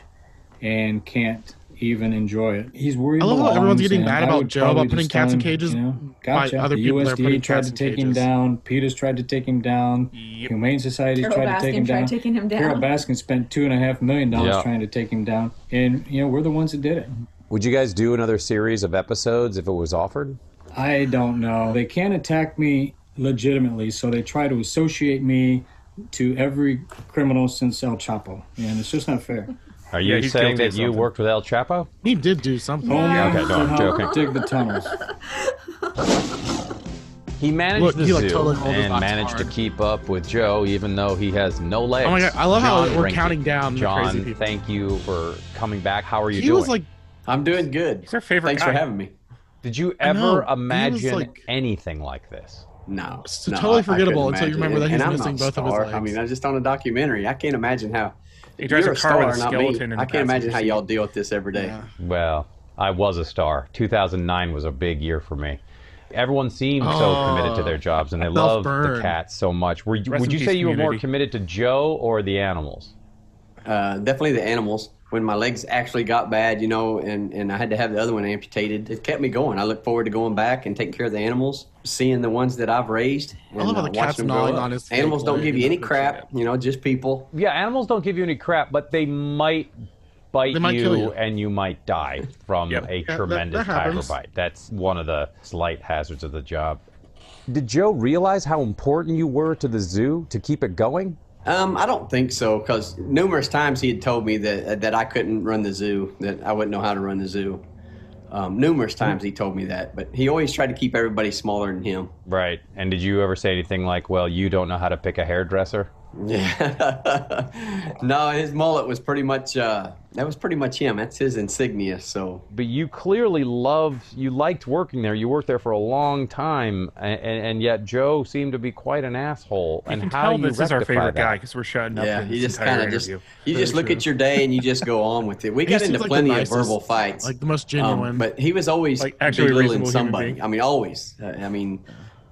Speaker 5: and can't even enjoy it. He's worried.
Speaker 1: I love how
Speaker 5: about lungs,
Speaker 1: everyone's getting
Speaker 5: and
Speaker 1: mad
Speaker 5: I
Speaker 1: about
Speaker 5: would
Speaker 1: Joe, about
Speaker 5: probably
Speaker 1: putting
Speaker 5: just
Speaker 1: cats in
Speaker 5: tell him,
Speaker 1: cages
Speaker 5: you know,
Speaker 1: by
Speaker 5: gotcha.
Speaker 1: other
Speaker 5: the
Speaker 1: people that are
Speaker 5: USDA
Speaker 1: putting
Speaker 5: tried
Speaker 1: cats
Speaker 5: to
Speaker 1: in
Speaker 5: take him
Speaker 1: cages.
Speaker 5: down. PETA's tried to take him down. Humane Society
Speaker 6: Carol
Speaker 5: tried
Speaker 6: Baskin
Speaker 5: to take him
Speaker 6: tried
Speaker 5: down.
Speaker 6: taking him down.
Speaker 5: Carol Baskin spent two and a half million dollars
Speaker 3: Yeah.
Speaker 5: trying to take him down, and you know we're the ones that did it.
Speaker 3: Would you guys do another series of episodes if it was offered?
Speaker 5: I don't know. They can't attack me legitimately, so they try to associate me to every criminal since El Chapo, and it's just not fair.
Speaker 3: Are you
Speaker 2: Yeah, he's guilty
Speaker 3: saying that
Speaker 2: of
Speaker 3: you
Speaker 2: something.
Speaker 3: worked with El Chapo?
Speaker 1: He did do something.
Speaker 5: Only
Speaker 6: Yeah.
Speaker 5: I
Speaker 3: Okay, no, I'm
Speaker 5: somehow
Speaker 3: joking.
Speaker 5: Dig the tunnels.
Speaker 3: He managed
Speaker 1: Look,
Speaker 3: the
Speaker 1: he, like,
Speaker 3: zoo
Speaker 1: totally hold his
Speaker 3: and
Speaker 1: box
Speaker 3: managed to
Speaker 1: hard.
Speaker 3: keep up with Joe, even though he has no legs.
Speaker 1: Oh my God, I love how
Speaker 3: John
Speaker 1: we're
Speaker 3: Rinke.
Speaker 1: counting down the
Speaker 3: John,
Speaker 1: crazy people.
Speaker 3: thank you for coming back. How are you
Speaker 1: He
Speaker 3: doing?
Speaker 1: was like,
Speaker 7: I'm doing good.
Speaker 2: He's our favorite
Speaker 7: Thanks
Speaker 2: guy.
Speaker 7: for having me.
Speaker 3: Did you
Speaker 1: I know, he
Speaker 3: ever
Speaker 1: was
Speaker 3: imagine
Speaker 1: like-
Speaker 3: anything like this?
Speaker 7: No,
Speaker 1: It's
Speaker 7: no,
Speaker 1: totally
Speaker 7: I- I couldn't
Speaker 1: forgettable until you
Speaker 7: imagine.
Speaker 1: remember that
Speaker 7: And-
Speaker 1: he's
Speaker 7: and I'm
Speaker 1: missing
Speaker 7: not
Speaker 1: both of his
Speaker 7: star.
Speaker 1: legs.
Speaker 7: I mean, I was just on a documentary. I can't imagine how.
Speaker 2: He drives
Speaker 7: you're
Speaker 2: a car with a
Speaker 7: star, not me.
Speaker 2: skeleton in the
Speaker 7: I can't imagine how
Speaker 2: passenger
Speaker 7: y'all deal with this every day.
Speaker 1: Yeah.
Speaker 3: Well, I was a star. 2009 was a big year for me. Everyone seemed so committed to their jobs, and I love the
Speaker 1: self-burn.
Speaker 3: cats so much. Were you,
Speaker 2: Rest
Speaker 3: would
Speaker 2: in
Speaker 3: you
Speaker 2: peace,
Speaker 3: say you were more
Speaker 2: community.
Speaker 3: committed to Joe or the animals?
Speaker 7: Uh, definitely the animals. When my legs actually got bad, you know, and, and I had to have the other one amputated, it kept me going. I look forward to going back and taking care of the animals, seeing the ones that I've raised. And,
Speaker 1: love how the
Speaker 7: watching
Speaker 1: cat's
Speaker 7: them grow
Speaker 1: gnawing
Speaker 7: up.
Speaker 1: on his
Speaker 7: Animals
Speaker 1: ankle
Speaker 7: don't give you
Speaker 1: in that
Speaker 7: any
Speaker 1: picture.
Speaker 7: crap, you know, just people.
Speaker 3: Yeah, animals don't give you any crap, but they might bite
Speaker 1: They might
Speaker 3: you,
Speaker 1: kill you.
Speaker 3: and you might die from
Speaker 2: Yep.
Speaker 3: a
Speaker 1: that- that
Speaker 3: tremendous tiger
Speaker 1: happens.
Speaker 3: bite. That's one of the slight hazards of the job. Did Joe realize how important you were to the zoo to keep it going?
Speaker 7: Um, I don't think so, because numerous times he had told me that that I couldn't run the zoo, that I wouldn't know how to run the zoo. Um, numerous times he told me that, but he always tried to keep everybody smaller than him.
Speaker 3: Right. And did you ever say anything like, well, you don't know how to pick a hairdresser?
Speaker 7: Yeah. no, his mullet was pretty much uh, that was pretty much him. That's his insignia. So
Speaker 3: But you clearly loved, you liked working there. You worked there for a long time, and, and, and yet Joe seemed to be quite an asshole.
Speaker 2: You
Speaker 3: and
Speaker 2: can
Speaker 3: how
Speaker 2: tell
Speaker 3: you
Speaker 2: this is our
Speaker 3: rectify
Speaker 2: favorite
Speaker 3: that?
Speaker 2: guy because we're shutting up.
Speaker 7: yeah,
Speaker 2: in
Speaker 7: you
Speaker 2: this
Speaker 7: just
Speaker 2: entire
Speaker 7: kind of just you
Speaker 2: interview.
Speaker 7: just look at your day and you just go on with it. We
Speaker 1: He
Speaker 7: got
Speaker 1: seems
Speaker 7: into
Speaker 1: like the
Speaker 7: plenty
Speaker 1: nicest,
Speaker 7: of verbal fights.
Speaker 1: Like the most
Speaker 7: Um,
Speaker 1: genuine.
Speaker 7: but he was always
Speaker 2: Like, actually a
Speaker 7: belittling
Speaker 2: reasonable human
Speaker 7: somebody.
Speaker 2: being.
Speaker 7: I mean, always. Uh, I mean,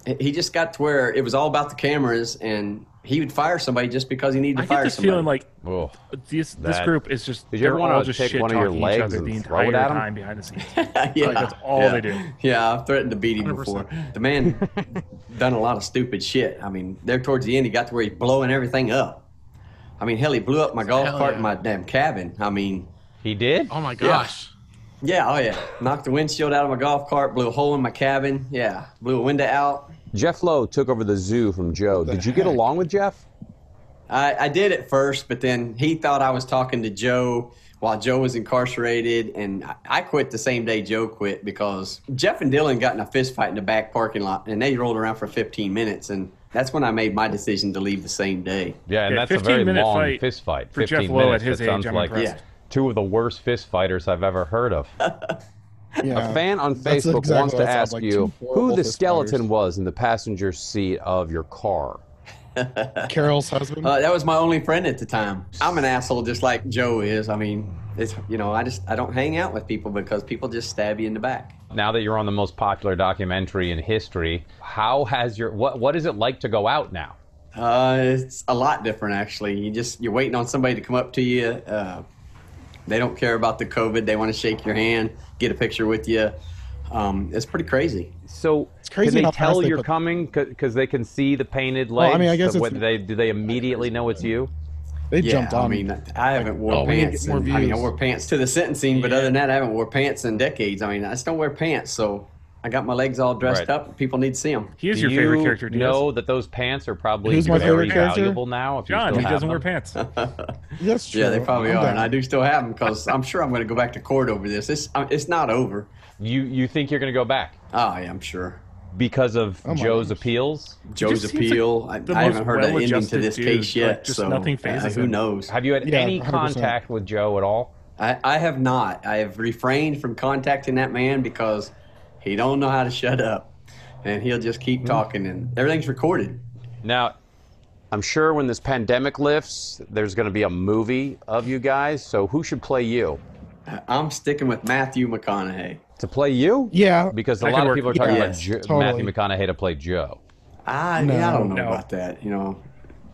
Speaker 7: he- he just got to where it was all about the cameras, and he would fire somebody just because he needed to
Speaker 2: I get
Speaker 7: fire
Speaker 2: this
Speaker 7: somebody.
Speaker 2: feeling like
Speaker 3: Ugh.
Speaker 2: this this
Speaker 3: That-
Speaker 2: group is just
Speaker 3: Did you ever
Speaker 2: they're
Speaker 3: wanna
Speaker 2: all just
Speaker 3: take
Speaker 2: shit
Speaker 3: one of
Speaker 2: talking
Speaker 3: your
Speaker 2: each
Speaker 3: legs
Speaker 2: other the
Speaker 3: and throw it
Speaker 2: entire
Speaker 3: at 'em?
Speaker 2: time behind the scenes.
Speaker 7: yeah,
Speaker 2: that's all
Speaker 7: yeah.
Speaker 2: they do.
Speaker 7: Yeah, I've threatened to beat him before.
Speaker 1: 100%.
Speaker 7: The man done a lot of stupid shit. I mean, there towards the end, he got to where he's blowing everything up. I mean, hell, he blew up my golf
Speaker 1: Hell
Speaker 7: cart
Speaker 1: yeah.
Speaker 7: and my damn cabin. I mean,
Speaker 3: He did?
Speaker 1: oh my gosh.
Speaker 7: yeah, oh yeah, knocked the windshield out of my golf cart, blew a hole in my cabin. Yeah, blew a window out.
Speaker 3: Jeff Lowe took over the zoo from Joe. Did you get along with Jeff?
Speaker 7: I, I did at first, but then he thought I was talking to Joe while Joe was incarcerated, and I, I quit the same day Joe quit because Jeff and Dylan got in a fist fight in the back parking lot, and they rolled around for 15 minutes, and that's when I made my decision to leave the same day.
Speaker 3: Yeah, and
Speaker 2: Yeah,
Speaker 3: that's a
Speaker 2: 15
Speaker 3: very
Speaker 2: minute
Speaker 3: long
Speaker 2: fight
Speaker 3: fist fight.
Speaker 2: for Jeff
Speaker 3: 15
Speaker 2: Lowe at
Speaker 3: minutes.
Speaker 2: his
Speaker 3: that
Speaker 2: age,
Speaker 3: sounds
Speaker 2: I'm
Speaker 3: like
Speaker 2: impressed.
Speaker 3: two of the worst fist fighters I've ever heard of.
Speaker 1: Yeah.
Speaker 3: A fan on
Speaker 1: That's
Speaker 3: Facebook
Speaker 1: exactly
Speaker 3: wants
Speaker 1: what
Speaker 3: to
Speaker 1: it sounds
Speaker 3: ask
Speaker 1: like,
Speaker 3: you
Speaker 1: two
Speaker 3: who
Speaker 1: horrible
Speaker 3: the
Speaker 1: fist
Speaker 3: skeleton
Speaker 1: fighters.
Speaker 3: was in the passenger seat of your car.
Speaker 1: Carol's husband.
Speaker 7: Uh, that was my only friend at the time. I'm an asshole just like Joe is. I mean, it's you know, I just I don't hang out with people because people just stab you in the back.
Speaker 3: Now that you're on the most popular documentary in history, how has your what what is it like to go out now?
Speaker 7: Uh, it's a lot different actually. You just you're waiting on somebody to come up to you. Uh, they don't care about the COVID. They want to shake your hand, get a picture with you. Um, it's pretty crazy.
Speaker 3: So
Speaker 1: crazy
Speaker 3: can they
Speaker 1: how
Speaker 3: tell
Speaker 1: fast they
Speaker 3: you're
Speaker 1: put-
Speaker 3: coming because they can see the painted
Speaker 1: I
Speaker 3: legs?
Speaker 1: mean, I guess
Speaker 3: Uh,
Speaker 1: it's-
Speaker 3: what- do they do they immediately know it's you?
Speaker 1: they
Speaker 7: Yeah,
Speaker 1: jumped on
Speaker 7: I
Speaker 1: me.
Speaker 7: mean, I haven't wore
Speaker 1: oh, we need to
Speaker 7: pants.
Speaker 1: get more
Speaker 7: in- I mean, I
Speaker 1: views.
Speaker 7: wore pants to the sentencing, but other than that, I haven't wore pants in decades. I mean, I just don't wear pants, so I got my legs all dressed
Speaker 3: Right.
Speaker 7: up. People need to see them.
Speaker 2: He is
Speaker 3: Do
Speaker 2: your favorite
Speaker 3: you
Speaker 2: character. Diaz.
Speaker 3: Know that those pants are probably
Speaker 1: Who's my
Speaker 3: very
Speaker 1: favorite character?
Speaker 3: valuable now. If you
Speaker 2: John,
Speaker 3: still
Speaker 2: he
Speaker 3: have
Speaker 2: doesn't wear
Speaker 3: them.
Speaker 2: pants.
Speaker 1: That's true.
Speaker 7: Yeah, they probably
Speaker 1: I'm
Speaker 7: are,
Speaker 1: down.
Speaker 7: and I do still have them because I'm sure I'm going to go back to court over this. It's I- it's not over.
Speaker 3: You you think you're going to go back
Speaker 7: Oh, yeah, I'm sure.
Speaker 3: because of
Speaker 1: my
Speaker 3: Joe's
Speaker 1: goodness.
Speaker 3: appeals?
Speaker 7: Joe's
Speaker 2: just Oh seems
Speaker 7: appeal.
Speaker 2: the
Speaker 7: I, I
Speaker 2: most
Speaker 7: haven't heard an ending to
Speaker 2: well-adjusted
Speaker 7: this
Speaker 2: dude,
Speaker 7: case yet.
Speaker 2: like, just
Speaker 7: so
Speaker 2: nothing
Speaker 7: uh,
Speaker 2: phases
Speaker 7: who
Speaker 2: him.
Speaker 7: knows?
Speaker 3: Have you had
Speaker 1: Yeah,
Speaker 3: any
Speaker 1: 100%.
Speaker 3: contact with Joe at all?
Speaker 7: I, I have not. I have refrained from contacting that man because he don't know how to shut up, and he'll just keep talking, and everything's recorded.
Speaker 3: Hmm. Now, I'm sure when this pandemic lifts, there's going to be a movie of you guys. So who should play you?
Speaker 7: I- I'm sticking with Matthew McConaughey.
Speaker 3: To play you?
Speaker 1: Yeah.
Speaker 3: Because a
Speaker 2: That could
Speaker 3: lot of
Speaker 2: work.
Speaker 3: people are talking about
Speaker 7: Yes,
Speaker 3: jo-
Speaker 1: totally.
Speaker 3: Matthew McConaughey to play Joe.
Speaker 7: I,
Speaker 1: No.
Speaker 7: yeah, I don't know
Speaker 2: No.
Speaker 7: about that. You know,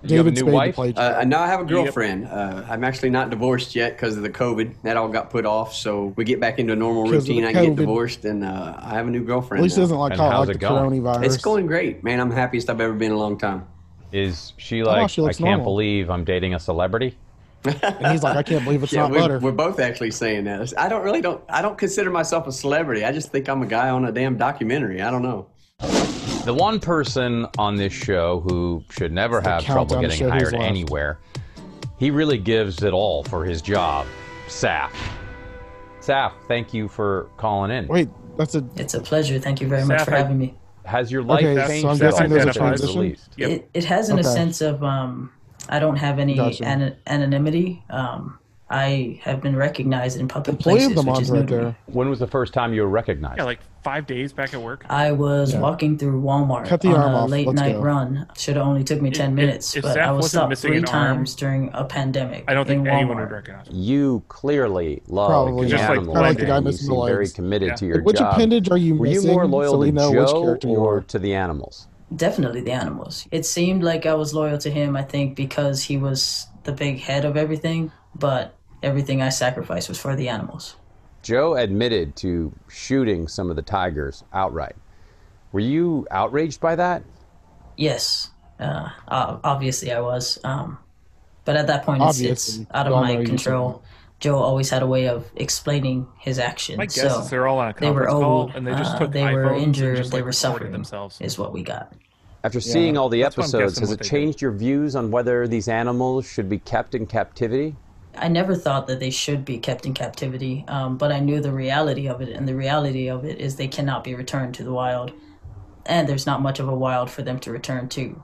Speaker 3: you have a
Speaker 1: David
Speaker 3: new
Speaker 1: Spade
Speaker 3: wife?
Speaker 1: played.
Speaker 7: Uh, no, I have a girlfriend. Uh, I'm actually not divorced yet because of the COVID. That all got put off, so we get back into a normal
Speaker 1: 'Cause of the
Speaker 7: routine. I can get
Speaker 1: COVID.
Speaker 7: divorced, and uh, I have a new girlfriend.
Speaker 1: At least
Speaker 7: now.
Speaker 1: it doesn't like
Speaker 3: And
Speaker 1: call it
Speaker 3: how's
Speaker 1: like
Speaker 3: it
Speaker 1: the
Speaker 3: going?
Speaker 1: coronavirus.
Speaker 7: It's going great, man. I'm the happiest I've ever been in a long time.
Speaker 3: Is
Speaker 2: Oh,
Speaker 3: she like,
Speaker 1: she
Speaker 3: I
Speaker 1: looks
Speaker 3: can't
Speaker 1: normal."
Speaker 3: believe I'm dating a celebrity?
Speaker 1: And he's like, I can't believe it's not
Speaker 7: we're,
Speaker 1: butter.
Speaker 7: we're both actually saying that. I don't really don't. I don't consider myself a celebrity. I just think I'm a guy on a damn documentary. I don't know.
Speaker 3: The one person on this show who should never have trouble
Speaker 1: countdown to
Speaker 3: getting
Speaker 1: show who's
Speaker 3: hired
Speaker 1: left.
Speaker 3: anywhere, he really gives it all for his job, Saf. Saf, thank you for calling in.
Speaker 1: Wait, that's a.
Speaker 8: It's a pleasure. Thank you very much
Speaker 2: Saf,
Speaker 8: for
Speaker 2: I-
Speaker 8: having me.
Speaker 3: Has your life
Speaker 1: Okay, so
Speaker 3: changed
Speaker 1: I'm
Speaker 3: at all
Speaker 2: guessing there's a
Speaker 3: since it was
Speaker 1: transition?
Speaker 3: released?
Speaker 2: Yep.
Speaker 8: It, it has in a
Speaker 1: Okay.
Speaker 8: sense of um, I don't have any
Speaker 1: Gotcha.
Speaker 8: an- anonymity. Um, I have been recognized in public
Speaker 9: Employee
Speaker 8: places,
Speaker 9: of the
Speaker 8: which
Speaker 9: month
Speaker 8: is new
Speaker 9: right
Speaker 8: to me.
Speaker 9: there.
Speaker 3: When was the first time you were recognized?
Speaker 2: Yeah, like five days back at work.
Speaker 8: I was
Speaker 9: Yeah.
Speaker 8: walking through Walmart
Speaker 9: Cut the
Speaker 8: on
Speaker 9: arm
Speaker 8: a
Speaker 9: off.
Speaker 8: late
Speaker 9: Let's
Speaker 8: night
Speaker 9: go.
Speaker 8: run. Should have only took me ten
Speaker 2: If-
Speaker 8: minutes,
Speaker 2: if- if
Speaker 8: but
Speaker 2: Seth
Speaker 8: I was
Speaker 2: wasn't
Speaker 8: stopped
Speaker 2: missing
Speaker 8: three
Speaker 2: an arm,
Speaker 8: times during a pandemic.
Speaker 2: I don't think
Speaker 8: in
Speaker 2: anyone
Speaker 8: Walmart.
Speaker 2: would recognize. me.
Speaker 3: you clearly love
Speaker 9: Probably
Speaker 3: the
Speaker 2: Just like
Speaker 3: animal.
Speaker 2: Kinda like the
Speaker 9: guy
Speaker 3: and you
Speaker 9: missing the
Speaker 3: seem very
Speaker 9: legs.
Speaker 3: committed
Speaker 2: Yeah.
Speaker 3: to your
Speaker 9: which
Speaker 3: job.
Speaker 9: appendage are you
Speaker 3: Were you
Speaker 9: missing?
Speaker 3: more loyal
Speaker 9: so we
Speaker 3: to
Speaker 9: know
Speaker 3: Joe
Speaker 9: which character you
Speaker 3: or
Speaker 9: are.
Speaker 3: to the animals?
Speaker 8: Definitely the animals. It seemed like I was loyal to him. I think because he was the big head of everything, but everything I sacrificed was for the animals.
Speaker 3: Joe admitted to shooting some of the tigers outright. Were you outraged by that?
Speaker 8: Yes, uh, ob- obviously I was. Um, but at that point, it's, it's
Speaker 9: Obviously.
Speaker 8: out of
Speaker 9: Y'all know
Speaker 8: my
Speaker 9: you said
Speaker 8: control. Joe always had a way of explaining his actions.
Speaker 2: My guess
Speaker 8: so
Speaker 2: is they're all on a
Speaker 8: they were
Speaker 2: conference call
Speaker 8: old,
Speaker 2: and they just
Speaker 8: uh,
Speaker 2: took
Speaker 8: they
Speaker 2: iPhones
Speaker 8: were
Speaker 2: and
Speaker 8: injured,
Speaker 2: just,
Speaker 8: they
Speaker 2: like,
Speaker 8: were
Speaker 2: recorded
Speaker 8: suffering.
Speaker 2: themselves.
Speaker 8: is what we got.
Speaker 3: After seeing all the
Speaker 2: That's what I'm
Speaker 3: episodes,
Speaker 2: guessing
Speaker 3: has
Speaker 2: what
Speaker 3: it
Speaker 2: they did.
Speaker 3: changed your views on whether these animals should be kept in captivity?
Speaker 8: I never thought that they should be kept in captivity, um, but I knew the reality of it, and the reality of it is they cannot be returned to the wild, and there's not much of a wild for them to return to.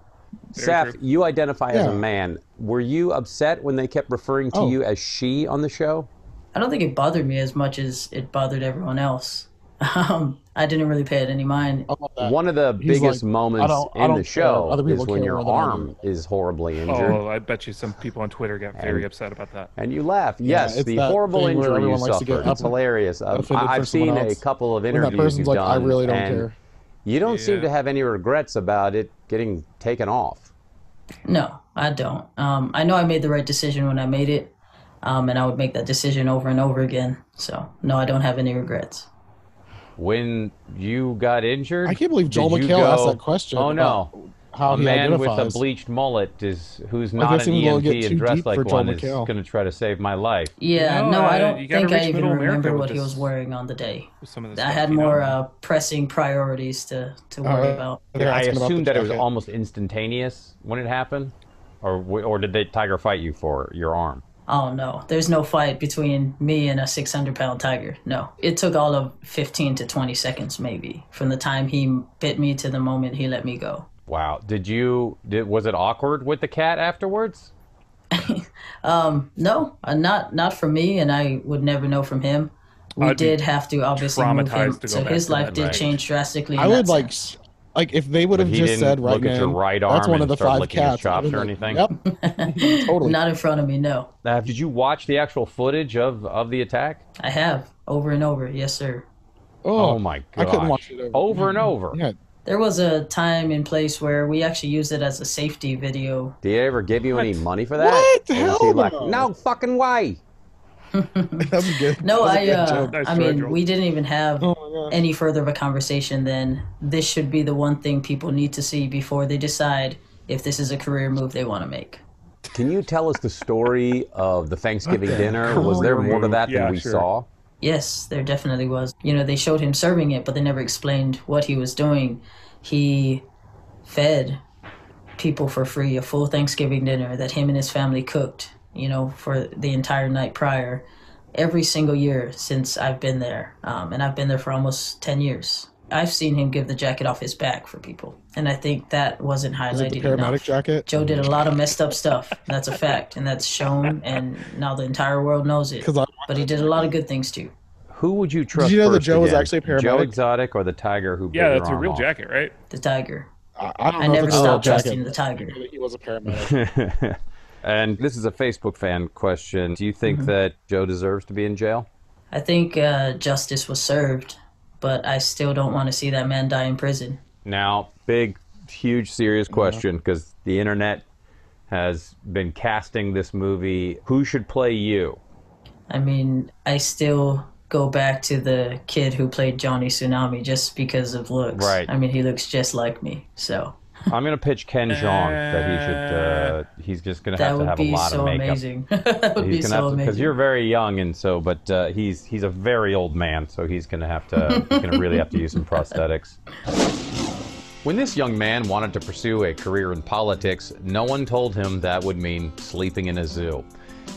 Speaker 3: Saf,
Speaker 2: true.
Speaker 3: you identify as a
Speaker 9: Yeah.
Speaker 3: man. Were you upset when they kept referring to
Speaker 9: Oh.
Speaker 3: you as she on the show?
Speaker 8: I don't think it bothered me as much as it bothered everyone else. Um, I didn't really pay it any mind.
Speaker 1: I love that.
Speaker 3: One of the
Speaker 9: Uh, He's
Speaker 3: biggest
Speaker 9: like,
Speaker 3: moments
Speaker 9: "I don't- I
Speaker 3: in
Speaker 9: don't
Speaker 3: the
Speaker 9: care.
Speaker 3: show
Speaker 9: Other
Speaker 3: is
Speaker 9: people
Speaker 3: when
Speaker 9: care
Speaker 3: your
Speaker 9: more than I
Speaker 3: arm is horribly injured.
Speaker 2: Oh, I bet you some people on Twitter got very upset about that.
Speaker 3: And you laugh. Yes,
Speaker 9: it's
Speaker 3: the
Speaker 9: that
Speaker 3: horrible
Speaker 9: thing where
Speaker 3: injury you
Speaker 9: everyone likes to get
Speaker 3: suffered.
Speaker 9: up-
Speaker 3: It's hilarious. Um,
Speaker 9: offended
Speaker 3: I,
Speaker 9: for
Speaker 3: I've seen
Speaker 9: someone
Speaker 3: a
Speaker 9: else.
Speaker 3: couple of
Speaker 9: When
Speaker 3: interviews
Speaker 9: that person's
Speaker 3: you've
Speaker 9: like,
Speaker 3: done,
Speaker 9: I really don't
Speaker 3: and
Speaker 9: care.
Speaker 3: You don't seem
Speaker 2: Yeah.
Speaker 3: to have any regrets about it getting taken off.
Speaker 8: No, I don't. Um, I know I made the right decision when I made it, um, and I would make that decision over and over again. So, no, I don't have any regrets.
Speaker 3: When you got injured,
Speaker 9: I can't believe Joel
Speaker 3: did you
Speaker 9: McHale asked
Speaker 3: go,
Speaker 9: that question
Speaker 3: Oh
Speaker 9: about
Speaker 3: no,
Speaker 9: How
Speaker 3: a
Speaker 9: he
Speaker 3: man with a
Speaker 9: identifies.
Speaker 3: bleached mullet is who's not
Speaker 9: guess
Speaker 3: an
Speaker 9: he was gonna get
Speaker 3: EMT and
Speaker 9: too
Speaker 3: dressed
Speaker 9: deep
Speaker 3: like
Speaker 9: for Joel
Speaker 3: one is
Speaker 9: McHale.
Speaker 3: going to try to save my life.
Speaker 8: Yeah,
Speaker 2: No,
Speaker 8: no, I
Speaker 2: uh,
Speaker 8: don't
Speaker 2: you gotta
Speaker 8: think I
Speaker 2: reach
Speaker 8: even
Speaker 2: middle America
Speaker 8: remember
Speaker 2: with
Speaker 8: what he
Speaker 2: this.
Speaker 8: was wearing on the day.
Speaker 2: with Some of this
Speaker 8: I
Speaker 2: stuff,
Speaker 8: had
Speaker 2: you know?
Speaker 8: more uh, pressing priorities to, to worry about.
Speaker 9: Uh, They're
Speaker 3: I
Speaker 9: asking about the
Speaker 3: assumed that it was
Speaker 9: jacket.
Speaker 3: almost instantaneous when it happened, or w- or did the tiger fight you for your arm?
Speaker 8: Oh no, there's no fight between me and a 600 pound tiger. No, it took all of 15 to 20 seconds maybe from the time he bit me to the moment he let me go.
Speaker 3: Wow. Did you? Did, was it awkward with the cat afterwards?
Speaker 8: No, uh, not not from me, and I would never know from him. We
Speaker 2: I'd be
Speaker 8: did have to obviously move him,
Speaker 2: traumatized to go
Speaker 8: so
Speaker 2: back
Speaker 8: his
Speaker 2: to
Speaker 8: life
Speaker 2: that
Speaker 8: did
Speaker 2: night.
Speaker 8: change drastically. In
Speaker 9: I
Speaker 8: that
Speaker 9: would like,
Speaker 8: sense.
Speaker 9: s- like if they would have
Speaker 3: he
Speaker 9: just
Speaker 3: didn't
Speaker 9: said right
Speaker 3: look at your
Speaker 9: now,
Speaker 3: right
Speaker 9: that's
Speaker 3: arm
Speaker 9: one
Speaker 3: and
Speaker 9: of the
Speaker 3: start
Speaker 9: five
Speaker 3: licking your
Speaker 9: cats. I'd
Speaker 3: chops
Speaker 9: be
Speaker 3: or
Speaker 9: like,
Speaker 3: anything?
Speaker 9: Yep, totally.
Speaker 8: not in front of me. No,
Speaker 3: Uh, did you watch the actual footage of of the attack?
Speaker 8: I have over and over. Yes, sir.
Speaker 3: Oh, my
Speaker 9: I
Speaker 3: god!
Speaker 9: couldn't watch it over.
Speaker 3: Over
Speaker 8: Mm-hmm.
Speaker 3: and over.
Speaker 9: Yeah,
Speaker 8: There was a time and place where we actually used it as a safety video.
Speaker 3: Did he ever give you any
Speaker 2: What?
Speaker 3: money for that?
Speaker 9: What?
Speaker 3: Or was
Speaker 9: Hell
Speaker 3: he like,
Speaker 9: no.
Speaker 3: no fucking way.
Speaker 9: that's a good.
Speaker 8: No,
Speaker 9: that's a
Speaker 8: I.
Speaker 9: good
Speaker 8: Uh,
Speaker 9: joke.
Speaker 2: Nice
Speaker 8: I
Speaker 2: try,
Speaker 8: mean,
Speaker 2: Joel.
Speaker 8: we didn't even have
Speaker 9: Oh my god.
Speaker 8: any further of a conversation than this should be the one thing people need to see before they decide if this is a career move they want to make.
Speaker 3: Can you tell us the story of the Thanksgiving dinner? Was there more to that
Speaker 2: Yeah,
Speaker 3: than we
Speaker 2: sure.
Speaker 3: saw?
Speaker 8: Yes, there definitely was. You know, they showed him serving it, but they never explained what he was doing. He fed people for free a full Thanksgiving dinner that him and his family cooked, you know, for the entire night prior, every single year since I've been there. Um, and I've been there for almost 10 years. I've seen him give the jacket off his back for people. And I think that wasn't highlighted
Speaker 9: Is it the
Speaker 8: enough.
Speaker 9: paramedic jacket?
Speaker 8: Joe did a lot of messed up stuff. That's a fact, and that's shown, and now the entire world knows it.
Speaker 9: 'Cause I-
Speaker 8: But he did a lot of good things too.
Speaker 3: Who would you trust?
Speaker 9: you know that
Speaker 3: first
Speaker 9: Joe was
Speaker 3: again?
Speaker 9: actually a
Speaker 3: Joe
Speaker 9: paramedic?
Speaker 3: Exotic or the tiger who? bit
Speaker 2: Yeah,
Speaker 3: your
Speaker 2: that's a
Speaker 3: arm
Speaker 2: real
Speaker 3: off?
Speaker 2: jacket, right?
Speaker 8: The tiger.
Speaker 9: I, I don't know.
Speaker 8: I
Speaker 9: if
Speaker 8: never
Speaker 9: it's a real
Speaker 8: stopped
Speaker 9: jacket.
Speaker 8: trusting the tiger.
Speaker 1: He was a paramedic.
Speaker 3: and this is a Facebook fan question. Do you think
Speaker 9: Mm-hmm.
Speaker 3: that Joe deserves to be in jail?
Speaker 8: I think uh, justice was served, but I still don't want to see that man die in prison.
Speaker 3: Now, big, huge, serious question because the internet has been casting this movie. Who should play you?
Speaker 8: I mean, I still go back to the kid who played Johnny Tsunami just because of looks.
Speaker 3: Right.
Speaker 8: I mean, he looks just like me. So
Speaker 3: I'm gonna pitch Ken Jeong that he should. Uh, he's just gonna
Speaker 8: that
Speaker 3: have to
Speaker 8: would
Speaker 3: have a
Speaker 8: be
Speaker 3: lot of
Speaker 8: so
Speaker 3: makeup.
Speaker 8: amazing. that would be
Speaker 3: He's gonna
Speaker 8: so
Speaker 3: have to because
Speaker 8: amazing.
Speaker 3: you're very young and so, but uh, he's he's a very old man, so he's gonna have to he's gonna really have to use some prosthetics. When this young man wanted to pursue a career in politics, no one told him that would mean sleeping in a zoo.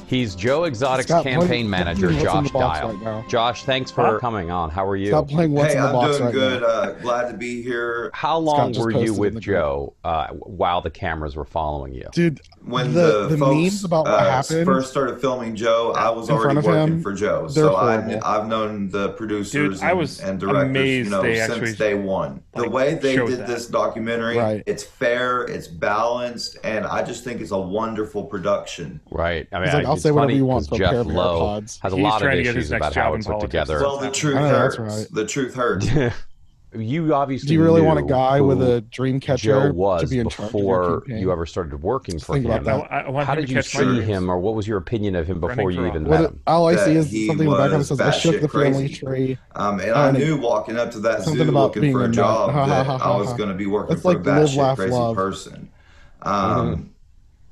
Speaker 3: He's Joe Exotic's
Speaker 9: Scott, what-
Speaker 3: campaign
Speaker 9: what-
Speaker 3: manager,
Speaker 9: what's in
Speaker 3: Josh
Speaker 9: the box
Speaker 3: Dial.
Speaker 9: right now?
Speaker 3: Josh, thanks for
Speaker 9: Huh?
Speaker 3: coming on. How are you?
Speaker 9: Stop playing what's
Speaker 10: hey,
Speaker 9: in the
Speaker 10: I'm
Speaker 9: box
Speaker 10: doing
Speaker 9: right
Speaker 10: good.
Speaker 9: now.
Speaker 10: Uh, glad to be here.
Speaker 3: How long
Speaker 9: just
Speaker 3: were you
Speaker 9: posted in
Speaker 3: with
Speaker 9: the group.
Speaker 3: Joe uh, while the cameras were following you?
Speaker 9: Dude,
Speaker 10: When
Speaker 9: the,
Speaker 10: the,
Speaker 9: the,
Speaker 10: folks,
Speaker 9: memes about what
Speaker 10: uh,
Speaker 9: happened.
Speaker 10: first started filming Joe, I was
Speaker 9: in front
Speaker 10: already
Speaker 9: of
Speaker 10: working
Speaker 9: him,
Speaker 10: for Joe,
Speaker 9: they're
Speaker 10: so I,
Speaker 9: horrible.
Speaker 10: I've known the producers
Speaker 2: Dude, I was
Speaker 10: and, and directors,
Speaker 2: amazed
Speaker 10: you know,
Speaker 2: they
Speaker 10: since
Speaker 2: actually,
Speaker 10: day one. the
Speaker 2: like,
Speaker 10: way they
Speaker 2: showed
Speaker 10: did
Speaker 2: that.
Speaker 10: this documentary,
Speaker 9: Right.
Speaker 10: it's fair, it's balanced, and I just think it's a wonderful production.
Speaker 3: Right. I mean,
Speaker 9: He's like,
Speaker 3: I-
Speaker 9: "I'll
Speaker 3: it's
Speaker 9: say whatever
Speaker 3: funny
Speaker 9: you want,
Speaker 3: 'cause
Speaker 9: but pair
Speaker 3: Jeff
Speaker 9: of
Speaker 3: Lowe
Speaker 9: AirPods."
Speaker 3: has a
Speaker 2: He's
Speaker 3: lot of
Speaker 2: trying to get his
Speaker 3: issues
Speaker 2: next
Speaker 3: about
Speaker 2: job
Speaker 3: how
Speaker 2: in
Speaker 3: it's put
Speaker 2: politics.
Speaker 3: together.
Speaker 10: Well, the truth
Speaker 9: I know, that's
Speaker 10: hurts.
Speaker 9: right.
Speaker 10: The truth hurts.
Speaker 3: you obviously
Speaker 9: Do you really want a
Speaker 3: knew
Speaker 9: guy with
Speaker 3: who
Speaker 9: a dream
Speaker 3: Joe
Speaker 9: catcher
Speaker 3: was
Speaker 9: to be in charge of your
Speaker 3: before
Speaker 9: campaign?
Speaker 3: you ever started working for
Speaker 9: think
Speaker 3: him.
Speaker 9: about
Speaker 2: I,
Speaker 9: that.
Speaker 2: I want
Speaker 3: How
Speaker 2: him
Speaker 3: did
Speaker 2: to
Speaker 3: you
Speaker 2: catch my
Speaker 3: see
Speaker 2: dreams.
Speaker 3: him, or what was your opinion of him
Speaker 2: Running
Speaker 3: before you
Speaker 2: for
Speaker 3: even
Speaker 2: office.
Speaker 3: met
Speaker 9: What,
Speaker 3: him?
Speaker 9: all I see
Speaker 10: That
Speaker 9: is
Speaker 10: he
Speaker 9: something in the background that
Speaker 10: was
Speaker 9: says, "I shook
Speaker 10: batshit
Speaker 9: the family
Speaker 10: crazy."
Speaker 9: tree."
Speaker 10: Um, and
Speaker 9: Oh,
Speaker 10: I
Speaker 9: and it-
Speaker 10: knew walking up to that
Speaker 9: something
Speaker 10: zoo
Speaker 9: about
Speaker 10: looking
Speaker 9: being
Speaker 10: for
Speaker 9: a
Speaker 10: a
Speaker 9: nut.
Speaker 10: job
Speaker 9: Ha, ha,
Speaker 10: that
Speaker 9: ha, ha,
Speaker 10: I was
Speaker 9: ha.
Speaker 10: going to be working
Speaker 9: That's
Speaker 10: for
Speaker 9: like
Speaker 10: a
Speaker 9: live,
Speaker 10: batshit
Speaker 9: laugh,
Speaker 10: crazy
Speaker 9: love. Mm-hmm.
Speaker 10: person um,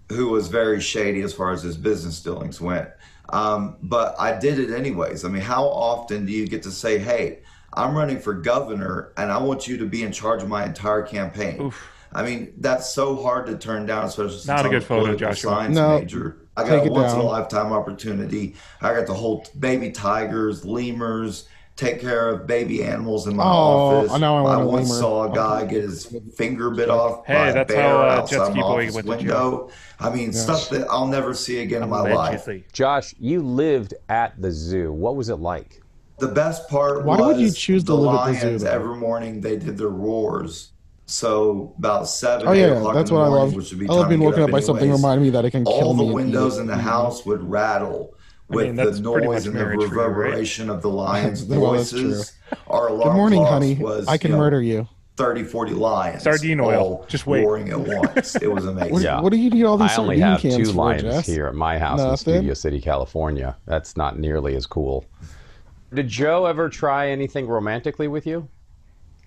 Speaker 10: who was very shady as far as his business dealings went. Um, but I did it anyways. I mean, how often do you get to say, hey, I'm running for governor and I want you to be in charge of my entire campaign? I mean, that's so hard to turn down, especially since
Speaker 2: Not a
Speaker 10: I'm
Speaker 2: good photo,
Speaker 10: political
Speaker 2: Joshua.
Speaker 10: science
Speaker 9: No.
Speaker 10: major. I
Speaker 9: Take
Speaker 10: got a
Speaker 9: it
Speaker 10: once in a
Speaker 9: down.
Speaker 10: lifetime opportunity. I got to hold baby tigers, lemurs, take care of baby animals in my
Speaker 9: Oh,
Speaker 10: office.
Speaker 9: now I want
Speaker 10: I
Speaker 9: a
Speaker 10: once
Speaker 9: lemur.
Speaker 10: saw a guy get his finger bit off
Speaker 2: Hey,
Speaker 10: by a
Speaker 2: that's
Speaker 10: bear
Speaker 2: how, uh,
Speaker 10: outside
Speaker 2: Jet Ski
Speaker 10: my
Speaker 2: Boy
Speaker 10: office
Speaker 2: went to
Speaker 10: window. I mean, stuff that I'll never see again in my life.
Speaker 2: Allegedly.
Speaker 3: Josh, you lived at the zoo. What was it like?
Speaker 10: The best part
Speaker 9: Why
Speaker 10: was
Speaker 9: would you choose to
Speaker 10: the
Speaker 9: live at the
Speaker 10: lions
Speaker 9: zoo, though?
Speaker 10: every morning they did their roars. So about seven,
Speaker 9: Oh
Speaker 10: eight
Speaker 9: yeah,
Speaker 10: o'clock
Speaker 9: that's
Speaker 10: in
Speaker 9: what
Speaker 10: the
Speaker 9: I
Speaker 10: morning,
Speaker 9: love.
Speaker 10: which would be
Speaker 9: I love
Speaker 10: time
Speaker 9: being
Speaker 10: to get
Speaker 9: woken up by something
Speaker 10: anyways.
Speaker 9: reminding me that it can
Speaker 10: all
Speaker 9: kill
Speaker 10: the
Speaker 9: me. and eat
Speaker 10: windows
Speaker 9: it.
Speaker 10: in the house would rattle
Speaker 2: I
Speaker 10: with
Speaker 2: mean,
Speaker 10: the
Speaker 2: that's
Speaker 10: noise
Speaker 2: pretty much
Speaker 10: and the
Speaker 2: marriage for you, right?
Speaker 10: reverberation of the lions'
Speaker 9: Well, that's true.
Speaker 10: voices. Our alarm
Speaker 9: Good morning,
Speaker 10: clocks
Speaker 9: honey.
Speaker 10: Was,
Speaker 9: I can
Speaker 10: you know,
Speaker 9: murder you.
Speaker 10: 30, 40 lions.
Speaker 2: Sardine oil.
Speaker 10: all
Speaker 2: Just wait.
Speaker 10: Roaring at once. It was amazing.
Speaker 9: What,
Speaker 3: Yeah.
Speaker 9: what do you need all these
Speaker 3: I only
Speaker 9: sardine
Speaker 3: have
Speaker 9: cans
Speaker 3: two
Speaker 9: for,
Speaker 3: lions
Speaker 9: Jess?
Speaker 3: here at my house
Speaker 9: Nothing?
Speaker 3: in Studio City, California. That's not nearly as cool. Did Joe ever try anything romantically with you?